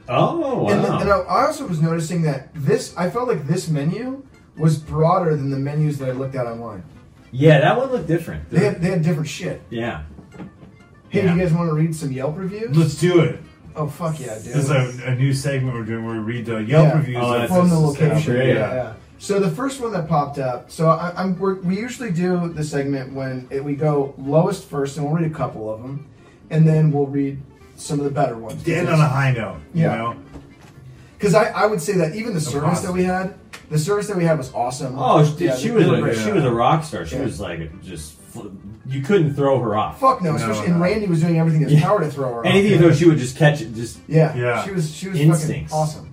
Speaker 4: Oh wow!
Speaker 2: And, then, and I I also was noticing that this, I felt like this menu was broader than the menus that I looked at online.
Speaker 4: yeah, that one looked different.
Speaker 2: They had, they had different shit.
Speaker 4: yeah,
Speaker 2: Hey,
Speaker 4: Yeah.
Speaker 2: you guys want to read some Yelp reviews?
Speaker 1: Let's do it.
Speaker 2: oh, fuck yeah, dude.
Speaker 1: This is a, a new segment we're doing where we read the Yelp
Speaker 2: Yeah.
Speaker 1: reviews
Speaker 4: Oh,
Speaker 1: of
Speaker 4: that's-
Speaker 2: from the
Speaker 1: places.
Speaker 2: location.
Speaker 4: Yeah.
Speaker 2: Yeah. yeah. So the first one that popped up. So I, I'm we're, we usually do the segment when it, we go lowest first, and we'll read a couple of them, and then we'll read some of the better ones.
Speaker 1: To end on a high note, you
Speaker 2: Yeah.
Speaker 1: know?
Speaker 2: Because I, I would say that even the service that
Speaker 1: positive.
Speaker 2: we had, the service that we had was awesome.
Speaker 4: Oh, she,
Speaker 2: Yeah,
Speaker 4: she
Speaker 2: they-
Speaker 4: was
Speaker 2: they
Speaker 4: a,
Speaker 2: were great.
Speaker 4: she was a rock star. She
Speaker 2: Yeah.
Speaker 4: was like just fl- you couldn't throw her off.
Speaker 2: Fuck no,
Speaker 1: No,
Speaker 2: especially
Speaker 1: no.
Speaker 2: and Randy was doing everything in his power to throw her. off.
Speaker 4: Anything though, she would just catch it. Just
Speaker 2: Yeah,
Speaker 1: Yeah.
Speaker 2: She was she was
Speaker 4: Instincts.
Speaker 2: fucking awesome.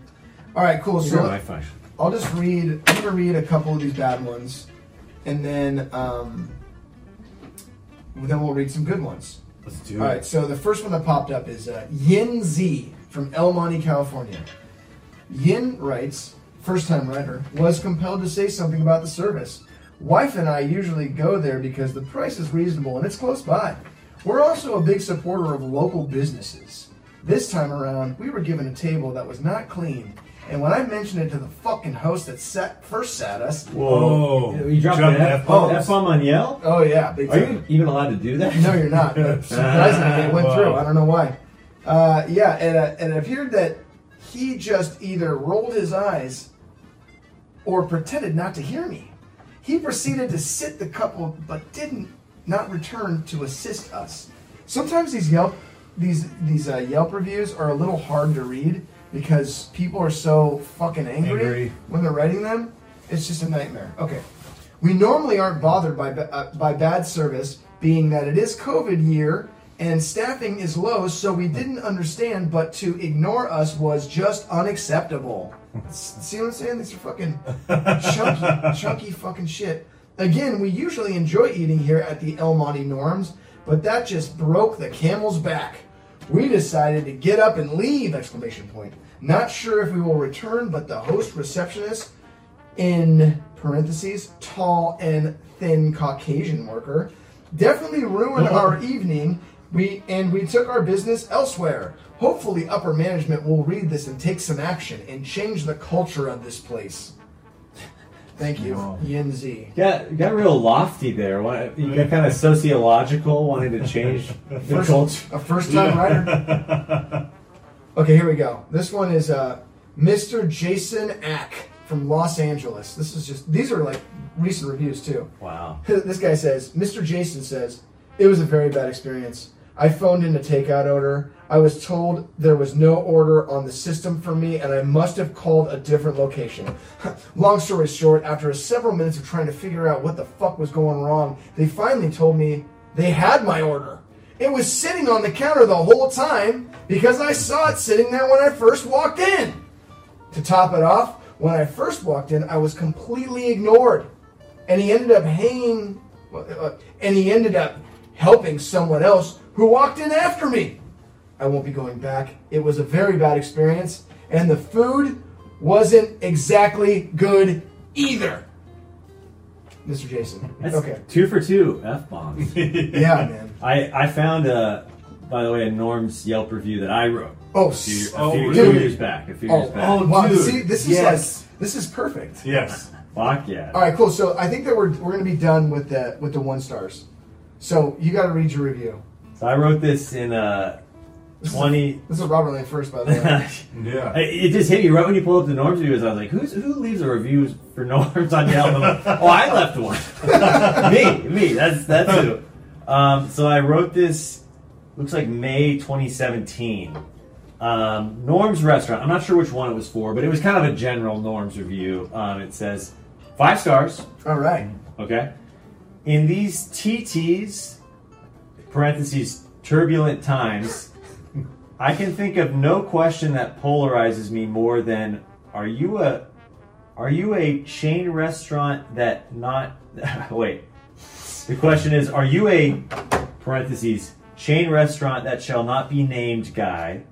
Speaker 2: All right, cool.
Speaker 4: You're
Speaker 2: So
Speaker 4: my flesh.
Speaker 2: I'll just read. I'm gonna read a couple of these bad ones, and then um, then we'll read some good ones.
Speaker 1: Let's do
Speaker 2: All
Speaker 1: it.
Speaker 2: right. So the first one that popped up is uh, Yin Z from El Monte, California. Yin writes, first time writer, was compelled to say something about the service. Wife and I usually go there because the price is reasonable and it's close by. We're also a big supporter of local businesses. This time around, we were given a table that was not clean, and when I mentioned it to the fucking host that sat, first sat us,
Speaker 1: Whoa.
Speaker 4: You dropped
Speaker 1: Drop
Speaker 4: an
Speaker 1: the
Speaker 4: F
Speaker 1: F-bomb.
Speaker 4: bomb on Yelp.
Speaker 2: oh yeah, big
Speaker 4: Are
Speaker 2: time.
Speaker 4: you even allowed to do that?
Speaker 2: No, you're not. But surprisingly, it went
Speaker 1: Wow.
Speaker 2: through. I don't know why. Uh, yeah, and, uh, and it appeared that he just either rolled his eyes or pretended not to hear me. He proceeded to sit the couple, but didn't not return to assist us. Sometimes these Yelp these these uh, Yelp reviews are a little hard to read because people are so fucking angry,
Speaker 1: Angry.
Speaker 2: when they're writing them. It's just a nightmare. Okay, we normally aren't bothered by ba- uh, by bad service, being that it is COVID year and staffing is low, so we didn't understand. But to ignore us was just unacceptable. S- See what I'm saying? These are fucking chunky, chunky fucking shit. Again, we usually enjoy eating here at the El Monte Norms, but that just broke the camel's back. We decided to get up and leave! Exclamation point. Not sure if we will return, but the host receptionist, in parentheses, tall and thin Caucasian worker, definitely ruined our evening. We and we took our business elsewhere. Hopefully, upper management will read this and take some action and change the culture of this place. Thank you,
Speaker 1: Wow.
Speaker 2: Yin Z.
Speaker 4: Got got real lofty there. Why- You got kind of sociological, wanting to change the culture.
Speaker 2: A first time writer. Okay, here we go. This one is uh, Mr. Jason Ack from Los Angeles. This is just, these are like recent reviews too.
Speaker 4: Wow.
Speaker 2: This guy says, Mr. Jason says, it was a very bad experience. I phoned in a takeout order. I was told there was no order on the system for me, and I must have called a different location. Long story short, after several minutes of trying to figure out what the fuck was going wrong, they finally told me they had my order. It was sitting on the counter the whole time because I saw it sitting there when I first walked in. To top it off, when I first walked in, I was completely ignored, and he ended up hanging, well, uh, and he ended up helping someone else who walked in after me. I won't be going back. It was a very bad experience, and the food wasn't exactly good either. Mr. Jason.
Speaker 4: That's
Speaker 2: okay.
Speaker 4: Two for two f bombs.
Speaker 2: Yeah, man.
Speaker 4: I I found a by the way a Norm's Yelp review that I wrote
Speaker 2: Oh,
Speaker 4: a few,
Speaker 2: s-
Speaker 4: a few-
Speaker 1: Oh,
Speaker 4: few
Speaker 1: really?
Speaker 4: years back. A few
Speaker 2: oh,
Speaker 4: years back.
Speaker 2: oh, wow.
Speaker 1: dude.
Speaker 2: See, this is
Speaker 1: Yes.
Speaker 2: like this is perfect.
Speaker 1: Yes.
Speaker 4: Fuck yeah.
Speaker 2: All right, cool. So I think that we're we're gonna be done with the with the one stars. So you got to read your review.
Speaker 4: So I wrote this in uh, twenty.
Speaker 2: This is Robert Lane first, by the way.
Speaker 4: it
Speaker 1: Yeah.
Speaker 4: just hit me right when you pull up the Norm's reviews. I was like, "Who's who leaves a review for Norm's on Yelp?" I'm like, "Oh, I left one. me, me. That's that's who." Um, so I wrote this. Looks like May 2017. Um, Norm's restaurant. I'm not sure which one it was for, but it was kind of a general Norm's review. Um, it says five stars.
Speaker 2: All right.
Speaker 4: Okay. In these TTs, parentheses, turbulent times, I can think of no question that polarizes me more than are you a are you a chain restaurant that not wait. The question is are you a parentheses chain restaurant that shall not be named guy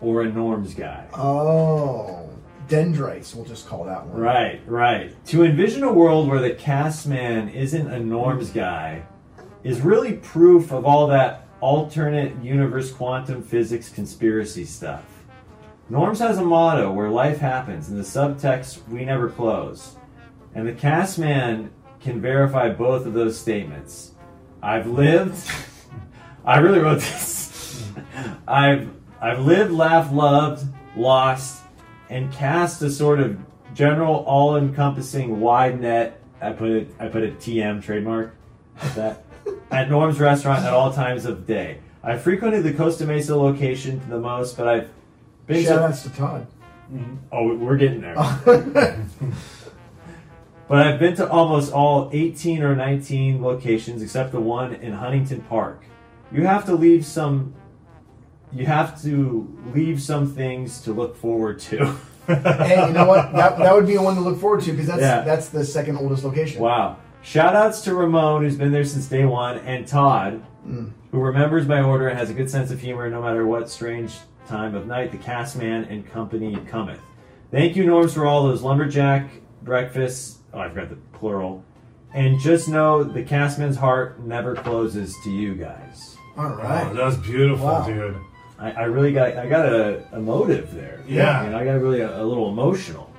Speaker 4: or a norms guy?
Speaker 2: Oh, dendrites. We'll just call that one.
Speaker 4: Right, right. To envision a world where the cast man isn't a norms guy is really proof of all that alternate universe quantum physics conspiracy stuff. Norms has a motto where life happens and the subtext we never close. And the cast man can verify both of those statements. I've lived I really wrote this. I've I've lived, laughed, loved, lost, and cast a sort of general, all-encompassing wide net. I put it. I put a TM trademark at that at Norm's restaurant at all times of day. I frequented the Costa Mesa location the most, but I've been
Speaker 2: Shout
Speaker 4: to
Speaker 2: outs to Todd.
Speaker 4: Oh, we're getting there. but I've been to almost all 18 or 19 locations except the one in Huntington Park. You have to leave some you have to leave some things to look forward to.
Speaker 2: hey, you know what? That, that would be one to look forward to because that's
Speaker 4: Yeah.
Speaker 2: that's the second oldest location.
Speaker 4: wow. Shout outs to Ramon who's been there since day 1 and Todd who remembers my order and has a good sense of humor no matter what strange time of night the cast man and company cometh. Thank you, Norms, for all those lumberjack breakfasts. Oh, I forgot the plural. And just know the cast man's heart never closes to you guys.
Speaker 2: All
Speaker 1: Oh,
Speaker 2: right.
Speaker 1: that was beautiful,
Speaker 2: Wow.
Speaker 1: dude.
Speaker 4: I, I really got I got a emotive there.
Speaker 1: Yeah.
Speaker 4: You know, I got really a, a little emotional.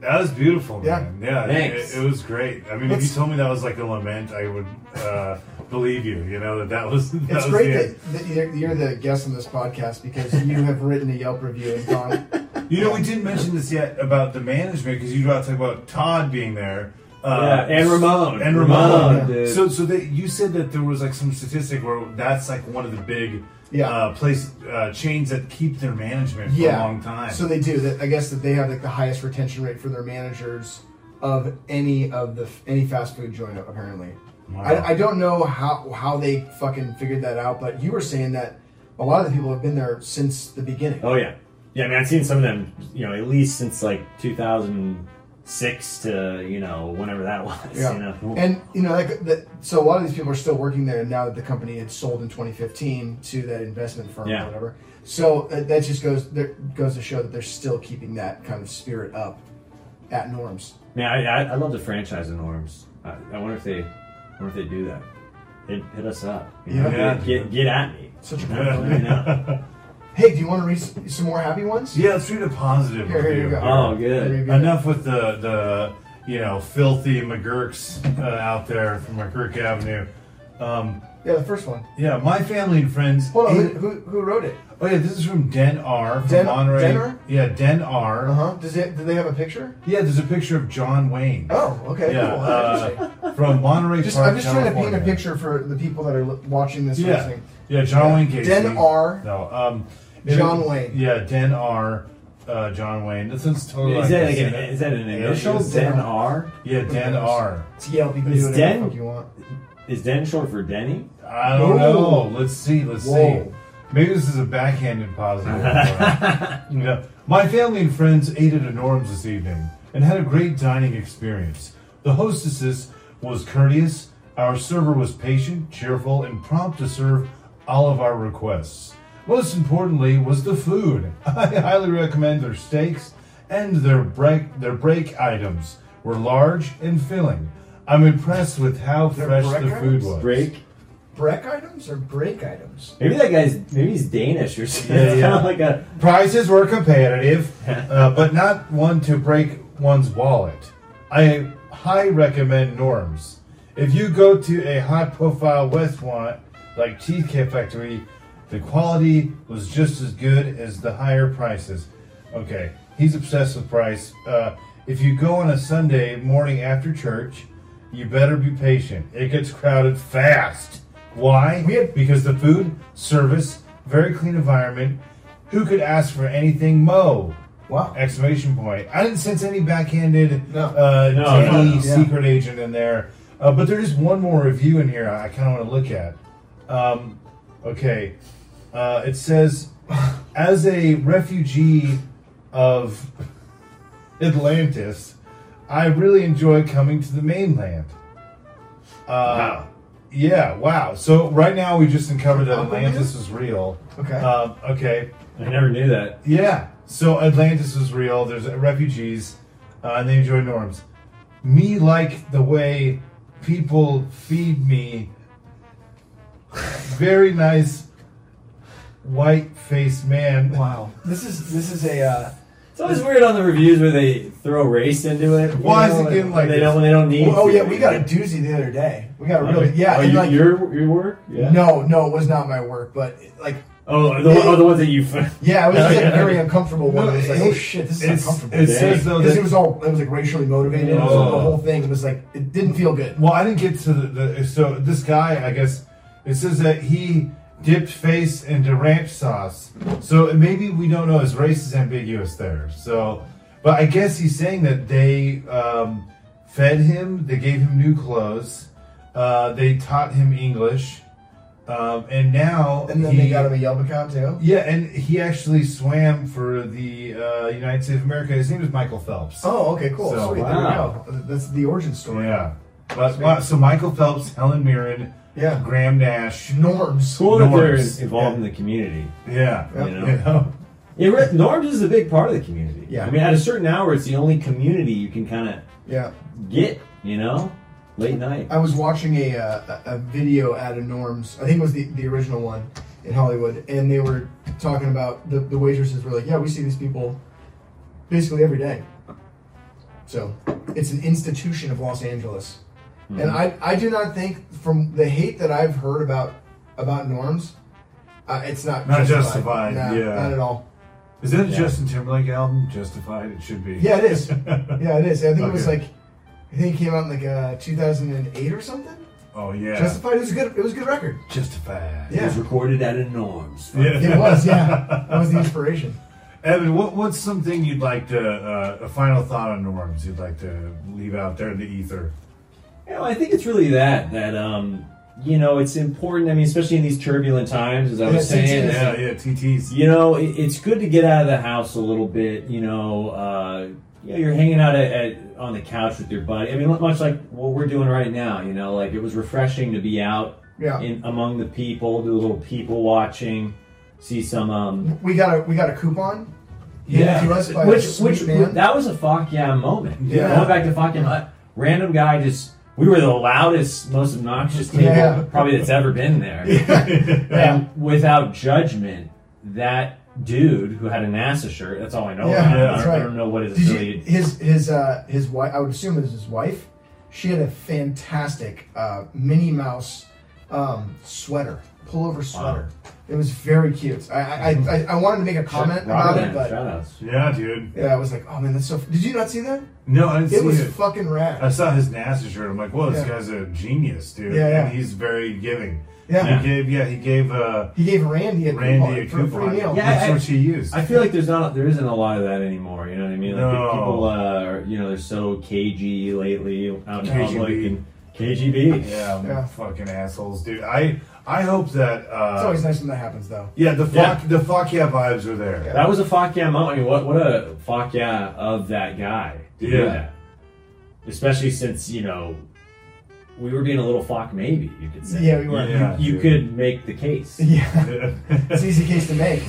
Speaker 1: That was beautiful,
Speaker 2: Yeah.
Speaker 1: man. Yeah, it-
Speaker 4: Thanks.
Speaker 1: It, it was great. I mean, if
Speaker 2: It's-
Speaker 1: you told me that was like a lament, I would uh, believe you. You know that that was. That
Speaker 2: It's
Speaker 1: was
Speaker 2: great
Speaker 1: the
Speaker 2: that, that you're, you're the guest on this podcast because you have written a Yelp review and gone.
Speaker 1: You know, we didn't mention this yet about the management because you were about to talk about Todd being there. uh,
Speaker 4: Yeah, and Ramon.
Speaker 1: And Ramon.
Speaker 2: Ramon,
Speaker 4: dude.
Speaker 1: So, so they, you said that there was like some statistic where that's like one of the big
Speaker 2: Yeah.
Speaker 1: uh, place uh, chains that keep their management for
Speaker 2: Yeah.
Speaker 1: a long time.
Speaker 2: So they do. That I guess that they have like the highest retention rate for their managers of any of the any fast food joint apparently.
Speaker 1: Wow.
Speaker 2: I, I don't know how how they fucking figured that out, but you were saying that a lot of the people have been there since the beginning.
Speaker 4: Oh yeah. Yeah, I mean I've seen some of them, you know, at least since like 2000 six to you know whenever that was.
Speaker 2: Yeah.
Speaker 4: You know,
Speaker 2: And you know, like the, so, a lot of these people are still working there now that the company had sold in 2015 to that investment firm
Speaker 4: Yeah.
Speaker 2: or whatever. So uh, that just goes there goes to show that they're still keeping that kind of spirit up at Norms.
Speaker 4: yeah, I, I, I love the franchise in Orms. I, I wonder if they, I wonder if they do that. Hit, hit us up. you know?
Speaker 1: Yeah.
Speaker 4: Get, get at me.
Speaker 2: Such a cool
Speaker 4: I
Speaker 1: Yeah.
Speaker 4: know.
Speaker 2: Hey, do you want to read s- some more happy ones?
Speaker 1: Yeah, let's read a positive
Speaker 2: Here, here
Speaker 1: review.
Speaker 2: you go.
Speaker 4: Oh, good.
Speaker 2: Here you go.
Speaker 1: Enough with the the you know filthy McGurks uh, out there from McGurk Avenue. Um,
Speaker 2: Yeah, the first one.
Speaker 1: yeah, my family and friends.
Speaker 2: Hold on,
Speaker 1: ate-
Speaker 2: who, who wrote it?
Speaker 1: oh yeah, this is from Den R from
Speaker 2: Den-
Speaker 1: Monterey.
Speaker 2: Denner?
Speaker 1: Yeah, Den R.
Speaker 2: Uh huh. Does it? Do they have a picture?
Speaker 1: Yeah, there's a picture of John Wayne.
Speaker 2: Oh, okay.
Speaker 1: yeah,
Speaker 2: cool. Interesting.
Speaker 1: uh, from Monterey
Speaker 2: Just,
Speaker 1: Park,
Speaker 2: I'm just trying to paint
Speaker 1: California.
Speaker 2: a picture for the people that are l- watching this. or
Speaker 1: Yeah,
Speaker 2: listening.
Speaker 1: yeah, John
Speaker 2: Yeah.
Speaker 1: Wayne Casey.
Speaker 2: Den R.
Speaker 1: No, um,
Speaker 2: John Wayne.
Speaker 1: Yeah, Den R. Uh, John Wayne. This one's totally.
Speaker 4: Is
Speaker 1: like
Speaker 4: that
Speaker 1: this.
Speaker 4: like an, is that an initial?
Speaker 2: Initials?
Speaker 4: Den R?
Speaker 1: Yeah, Den R.
Speaker 2: It's Yelp. You can
Speaker 4: It's
Speaker 2: do whatever
Speaker 4: Den-
Speaker 2: the fuck you want.
Speaker 4: Is Den short for Denny?
Speaker 1: I don't
Speaker 2: Whoa.
Speaker 1: know. Let's see. Let's
Speaker 2: Whoa.
Speaker 1: see. Maybe this is a backhanded positive. yeah. My family and friends ate at Norm's this evening and had a great dining experience. The hostesses was courteous, our server was patient, cheerful, and prompt to serve all of our requests. Most importantly was the food. I highly recommend their steaks and their break their break items were large and filling. I'm impressed with how
Speaker 2: Their
Speaker 1: fresh
Speaker 2: break
Speaker 1: the food
Speaker 2: items?
Speaker 1: was.
Speaker 4: Break?
Speaker 2: Break items or break items?
Speaker 4: Maybe that guy's maybe he's Danish or something.
Speaker 1: Yeah,
Speaker 4: It's
Speaker 1: yeah.
Speaker 4: kind of like a
Speaker 1: Prices were competitive, uh, but not one to break one's wallet. I high recommend Norms. If you go to a high profile restaurant like Cheesecake Factory, the quality was just as good as the higher prices. Okay, he's obsessed with price. Uh, if you go on a Sunday morning after church, you better be patient. It gets crowded fast. Why?
Speaker 2: We had-
Speaker 1: because the food, service, very clean environment. Who could ask for anything, Mo?
Speaker 2: Wow.
Speaker 1: Exclamation point! I didn't sense any backhanded,
Speaker 2: No.
Speaker 1: uh,
Speaker 4: No,
Speaker 1: Danny
Speaker 4: no, no.
Speaker 1: secret agent in there. Uh, but there is one more review in here. I, I kind of want to look at. Um, okay, uh, it says, as a refugee of Atlantis, I really enjoy coming to the mainland. Uh,
Speaker 4: Wow.
Speaker 1: Yeah, wow. So right now we just uncovered that
Speaker 2: Aquaman?
Speaker 1: Atlantis is real.
Speaker 2: Okay.
Speaker 1: Um, okay.
Speaker 4: I never knew that.
Speaker 1: Yeah. So Atlantis was real. There's refugees, uh, and they enjoy norms. Me like the way people feed me. Very nice, white-faced man.
Speaker 2: Wow. This is this is a uh,
Speaker 4: It's always weird on the reviews where they throw race into it. you
Speaker 1: Why is
Speaker 4: know,
Speaker 1: it getting like
Speaker 4: they
Speaker 1: this?
Speaker 4: don't when they don't need?
Speaker 2: Oh
Speaker 4: to.
Speaker 2: yeah, we got a doozy the other day. We got a real
Speaker 4: Okay.
Speaker 2: yeah.
Speaker 4: Oh,
Speaker 2: and
Speaker 4: you,
Speaker 2: like,
Speaker 4: your your work? Yeah.
Speaker 2: No, no, it was not my work, but like
Speaker 4: Oh, the, oh, the ones that you. f-
Speaker 2: yeah, it was just
Speaker 4: Okay.
Speaker 2: a very uncomfortable one.
Speaker 1: No,
Speaker 2: It was like
Speaker 1: it-
Speaker 2: oh shit, this is
Speaker 1: it's-
Speaker 2: uncomfortable.
Speaker 1: It
Speaker 4: Dang.
Speaker 1: says though
Speaker 2: Because
Speaker 1: that
Speaker 2: it was all it was like racially motivated. It was like, the
Speaker 4: Oh.
Speaker 2: whole thing was like it didn't feel good.
Speaker 1: Well, I didn't get to the, the so this guy, I guess, it says that he dipped face into ranch sauce. So maybe we don't know his race is ambiguous there. So, but I guess he's saying that they um, fed him, they gave him new clothes, uh, they taught him English, um, and now
Speaker 2: And then
Speaker 1: he,
Speaker 2: they got him a Yelp account too.
Speaker 1: yeah, and he actually swam for the uh, United States of America. His name is Michael Phelps.
Speaker 2: Oh, okay, cool.
Speaker 1: So,
Speaker 2: Sweet,
Speaker 4: wow.
Speaker 2: there we go. That's the origin story.
Speaker 1: Yeah. But, wow, so Michael Phelps, Helen Mirren,
Speaker 2: Yeah.
Speaker 1: Graham Nash.
Speaker 2: Norms.
Speaker 4: Cool that they're
Speaker 1: Norms.
Speaker 4: involved in the community.
Speaker 1: Yeah.
Speaker 2: Yeah.
Speaker 4: You know?
Speaker 1: You know?
Speaker 4: Yeah, re- Norms is a big part of the community.
Speaker 2: Yeah.
Speaker 4: I mean, at a certain hour, it's the only community you can kind of
Speaker 2: Yeah.
Speaker 4: get. You know, late night.
Speaker 2: I was watching a, uh, a a video out of Norm's. I think it was the, the original one in Hollywood, and they were talking about the, the waitresses were like, "Yeah, we see these people basically every day." So it's an institution of Los Angeles,
Speaker 1: Hmm.
Speaker 2: and I I do not think from the hate that I've heard about about Norm's, uh, it's not
Speaker 1: Not justified,
Speaker 2: Nah,
Speaker 1: yeah.
Speaker 2: not at all.
Speaker 1: Is that a
Speaker 4: Yeah.
Speaker 1: Justin Timberlake album? Justified? It should be.
Speaker 2: Yeah, it is. yeah, it is. I think it was
Speaker 1: Okay.
Speaker 2: like I think it came out in like uh, 2008 or something.
Speaker 1: Oh, yeah.
Speaker 2: Justified. It was a good. It was a good record.
Speaker 1: Justified.
Speaker 4: It
Speaker 2: Yeah.
Speaker 4: was recorded at a Norms.
Speaker 1: Yeah.
Speaker 2: It was, yeah. That was the inspiration.
Speaker 1: Evan, what, what's something you'd like to, uh, a final thought on norms you'd like to leave out there in the ether?
Speaker 4: You know, I think it's really that that um, you know, it's important. I mean, especially in these turbulent times, as I was saying.
Speaker 1: yeah, yeah, TTs.
Speaker 4: You know, it, it's good to get out of the house a little bit. You know, uh, you know, you're hanging out at, at, on the couch with your buddy. I mean, much like what we're doing right now. You know, like it was refreshing to be out
Speaker 2: Yeah.
Speaker 4: in among the people, do a little people watching, see some. um
Speaker 2: We got a we got a coupon.
Speaker 4: Yeah,
Speaker 2: to us by a
Speaker 4: which
Speaker 2: sweet
Speaker 4: which
Speaker 2: man.
Speaker 4: that was a fuck yeah moment.
Speaker 1: Yeah.
Speaker 4: going back to fucking uh, random guy just. We were the loudest, most obnoxious table
Speaker 2: Yeah.
Speaker 4: probably that's ever been there. And without judgment, that dude who had a NASA shirt, that's all I know.
Speaker 2: Yeah,
Speaker 4: about.
Speaker 1: yeah,
Speaker 4: I,
Speaker 2: that's
Speaker 4: don't, I
Speaker 2: right.
Speaker 4: don't know what his
Speaker 2: Did you,
Speaker 4: affiliate.
Speaker 2: his his uh his wife? I would assume it was his wife. She had a fantastic uh, Minnie Mouse um, sweater, pullover sweater. It was very cute. I I, I I wanted to make a comment about it, but
Speaker 4: shout outs.
Speaker 1: Yeah, dude.
Speaker 2: yeah, I was like, oh man, that's so. Did you not see that?
Speaker 1: No, I didn't
Speaker 2: It
Speaker 1: see
Speaker 2: was
Speaker 1: it.
Speaker 2: fucking rad.
Speaker 1: I saw his NASA shirt. I'm like, whoa, this
Speaker 2: Yeah.
Speaker 1: guy's a genius, dude.
Speaker 2: Yeah, yeah.
Speaker 1: And he's very giving.
Speaker 2: yeah.
Speaker 1: He gave, yeah, he gave uh,
Speaker 2: He gave Randy a
Speaker 1: Randy a
Speaker 2: coupon for a
Speaker 1: coupon.
Speaker 2: free meal.
Speaker 4: Yeah,
Speaker 1: That's
Speaker 4: I-
Speaker 1: what she used.
Speaker 4: I feel like there's not there isn't a lot of that anymore. You know what I mean? Like
Speaker 1: No.
Speaker 4: people uh, are you know they're so cagey lately out in
Speaker 1: KGB.
Speaker 4: public and KGB.
Speaker 1: yeah,
Speaker 2: Yeah.
Speaker 1: fucking assholes, dude. I I hope that. Uh,
Speaker 2: It's always nice when that happens, though.
Speaker 1: yeah, the
Speaker 4: Yeah.
Speaker 1: fuck the fuck yeah vibes are there.
Speaker 2: Yeah.
Speaker 4: That was a fuck yeah moment. I mean, what what a fuck yeah of that guy. to do
Speaker 1: Yeah.
Speaker 4: that. Especially since you know we were being a little fuck maybe you could say.
Speaker 2: Yeah, we were.
Speaker 1: Yeah.
Speaker 4: You
Speaker 1: dude.
Speaker 4: could make the case.
Speaker 2: Yeah, it's an easy case to make.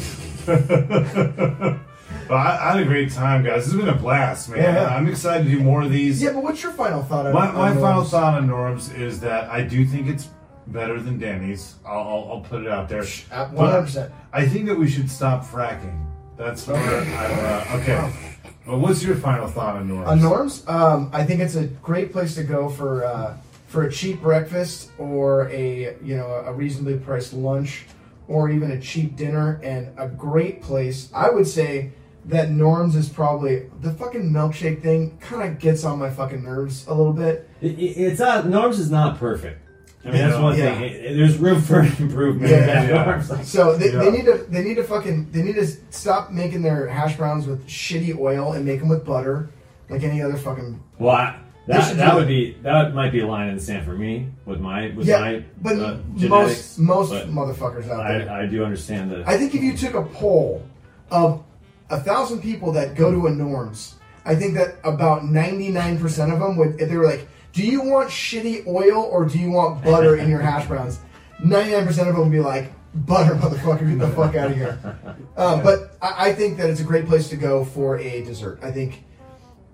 Speaker 1: but I, I had a great time, guys. This has been a blast, man.
Speaker 2: Yeah.
Speaker 1: I'm excited to do more of these.
Speaker 2: Yeah, but what's your final thought on
Speaker 1: My, my
Speaker 2: on
Speaker 1: final
Speaker 2: those?
Speaker 1: thought on Norm's is that I do think it's better than Denny's. I'll, I'll, I'll put it out there.
Speaker 2: At
Speaker 1: But
Speaker 2: 100%.
Speaker 1: I think that we should stop fracking. That's where I, uh, okay. But what's your final thought on Norm's?
Speaker 2: Oh. On norms, um, I think it's a great place to go for uh, for a cheap breakfast or a you know a reasonably priced lunch or even a cheap dinner and a great place. I would say that norms is probably the fucking milkshake thing kind of gets on my fucking nerves a little bit.
Speaker 4: It, it- it's not norms is not perfect. I mean, that's
Speaker 1: Yeah.
Speaker 4: one
Speaker 2: Yeah.
Speaker 4: thing. It- it- there's room for improvement.
Speaker 2: Yeah,
Speaker 4: at
Speaker 1: yeah.
Speaker 4: Norm's. Like,
Speaker 2: So they,
Speaker 1: Yeah.
Speaker 2: they need to they need to fucking they need to stop making their hash browns with shitty oil and make them with butter like any other fucking
Speaker 4: well, I,
Speaker 2: They
Speaker 4: that,
Speaker 2: should
Speaker 4: that
Speaker 2: do
Speaker 4: would
Speaker 2: it.
Speaker 4: be that might be a line in the sand for me with my with
Speaker 2: yeah.
Speaker 4: my
Speaker 2: But
Speaker 4: uh, genetics.
Speaker 2: most most
Speaker 4: but
Speaker 2: motherfuckers out there.
Speaker 4: I, I do understand the.
Speaker 2: I think if you took a poll of a thousand people that go to a norms, I think that about ninety nine percent of them would if they were like, "Do you want shitty oil or do you want butter in your hash browns?" Ninety nine percent of them would be like, "Butter, motherfucker, get the fuck out of here." Uh, but I, I think that it's a great place to go for a dessert. I think.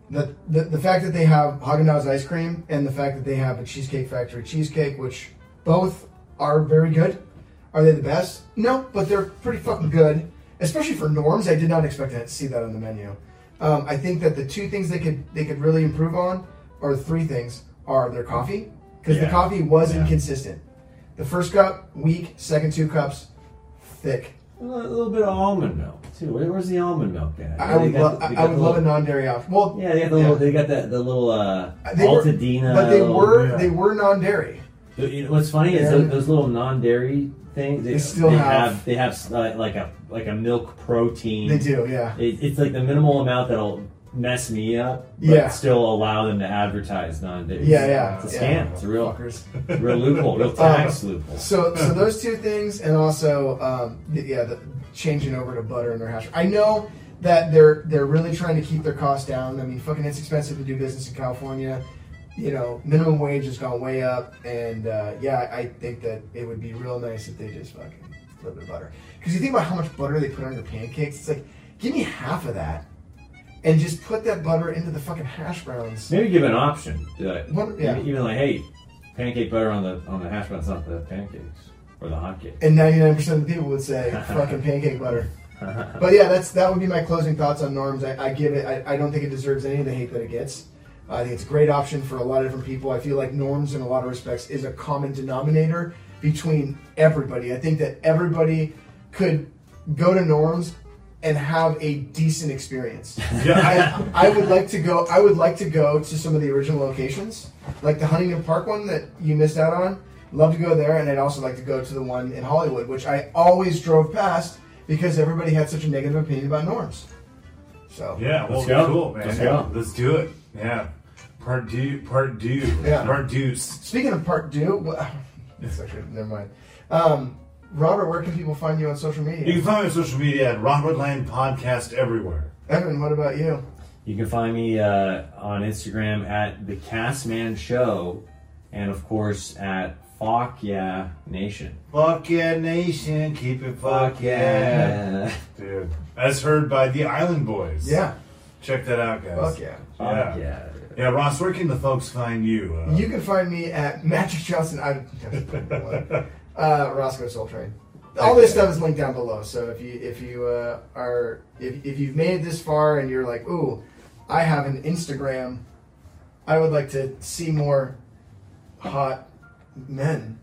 Speaker 2: The, the, the fact that they have Haagen-Dazs ice cream and the fact that they have a Cheesecake Factory cheesecake, which both are very good. Are they the best? No, but they're pretty fucking good, especially for norms. I did not expect to see that on the menu. Um, I think that the two things they could they could really improve on, or three things, are their coffee because
Speaker 4: Yeah.
Speaker 2: the coffee was
Speaker 4: Yeah.
Speaker 2: inconsistent. The first cup weak, second two cups thick.
Speaker 4: A little bit of almond milk too. Where, where's the almond milk at?
Speaker 2: I, I would love I, I would love a
Speaker 4: it.
Speaker 2: non-dairy option. Well,
Speaker 4: Yeah, they got the little. They got that the little uh,
Speaker 2: They were-
Speaker 4: Altadena.
Speaker 2: but they
Speaker 4: little-
Speaker 2: were
Speaker 1: yeah.
Speaker 2: they were non-dairy.
Speaker 4: You know, What's funny is
Speaker 2: Yeah.
Speaker 4: those, those little non-dairy things. They,
Speaker 2: They still
Speaker 4: they
Speaker 2: have-
Speaker 4: They have uh, like a like a milk protein.
Speaker 2: They do, yeah.
Speaker 4: It, it's like the minimal amount that'll mess me up, but
Speaker 2: Yeah.
Speaker 4: still allow them to advertise non-dairy.
Speaker 2: Yeah, yeah,
Speaker 4: It's a
Speaker 2: yeah. Um,
Speaker 4: scam. It's a real,
Speaker 2: Fuckers.
Speaker 4: real loophole, real tax loophole.
Speaker 2: So, so those two things, and also, um, th- yeah, the changing over to butter in their hash. I know that they're they're really trying to keep their costs down. I mean, fucking, it's expensive to do business in California. You know, minimum wage has gone way up, and uh, yeah, I think that it would be real nice if they just fucking a little bit of butter. Because you think about how much butter they put on your pancakes, it's like, give me half of that, and just put that butter into the fucking hash browns.
Speaker 4: Maybe give an option. Do it.
Speaker 2: What- yeah.
Speaker 4: Even, even like, hey, pancake butter on the on the hash browns, not the pancakes or the hot cake.
Speaker 2: And ninety nine percent of the people would say fucking pancake butter. But yeah, that's that would be my closing thoughts on norms. I, I give it. I, I don't think it deserves any of the hate that it gets. I think it's a great option for a lot of different people. I feel like norms, in a lot of respects, is a common denominator between everybody. I think that everybody could go to norms and have a decent experience.
Speaker 1: yeah,
Speaker 2: I, I would like to go. I would like to go to some of the original locations, like the Huntington Park one that you missed out on. Love to go there, and I'd also like to go to the one in Hollywood, which I always drove past because everybody had such a negative opinion about norms. So
Speaker 1: I, yeah. Well,
Speaker 4: Let's go.
Speaker 1: cool, man.
Speaker 4: Let's go.
Speaker 1: Let's do it. Yeah. Part due. Part due.
Speaker 2: Yeah.
Speaker 1: Part deuce.
Speaker 2: speaking of part due, wha- It's actually, never mind. Um, Robert, where can people find you on social
Speaker 1: You
Speaker 2: media?
Speaker 1: can find me on social media at Robert Land Podcast everywhere.
Speaker 2: Evan, what about you?
Speaker 4: You can find me uh, on Instagram at the Castman Show, and of course at Fuck Yeah Nation.
Speaker 1: Fuck yeah, nation, keep it fuck yeah. Dude, as heard by the Island Boys.
Speaker 2: Yeah,
Speaker 1: Check that out, guys.
Speaker 2: fuck yeah.
Speaker 4: Fuck
Speaker 1: Yeah.
Speaker 4: yeah.
Speaker 1: Yeah, Ross, where can the folks find you? Uh,
Speaker 2: You can find me at Magic Johnson. I'm uh, Roscoe Soul Train. All this stuff is linked down below. So if you if you uh, are if, if you've made it this far and you're like, ooh, I have an Instagram, I would like to see more hot men.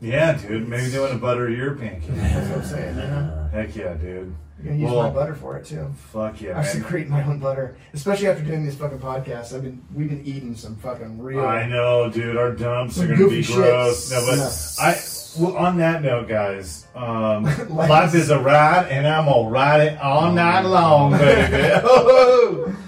Speaker 1: Yeah, dude. Maybe they want to butter your pancake.
Speaker 2: That's what I'm saying. You
Speaker 4: Uh,
Speaker 2: know?
Speaker 1: Heck yeah, dude.
Speaker 2: You're gonna use
Speaker 1: Well,
Speaker 2: my butter for it too.
Speaker 1: Fuck yeah,
Speaker 2: I
Speaker 1: man.
Speaker 2: secrete my own butter, especially after doing these fucking podcasts. I've been we've been eating some fucking real.
Speaker 1: I know, dude. Our dumps are
Speaker 2: Some
Speaker 1: gonna be
Speaker 2: goofy
Speaker 1: gross.
Speaker 2: shit.
Speaker 1: No, but
Speaker 2: Yeah.
Speaker 1: I. Well, on that note, guys, um, life,
Speaker 2: Life Oh,
Speaker 1: is a ride, and I'm gonna ride it all night long, baby.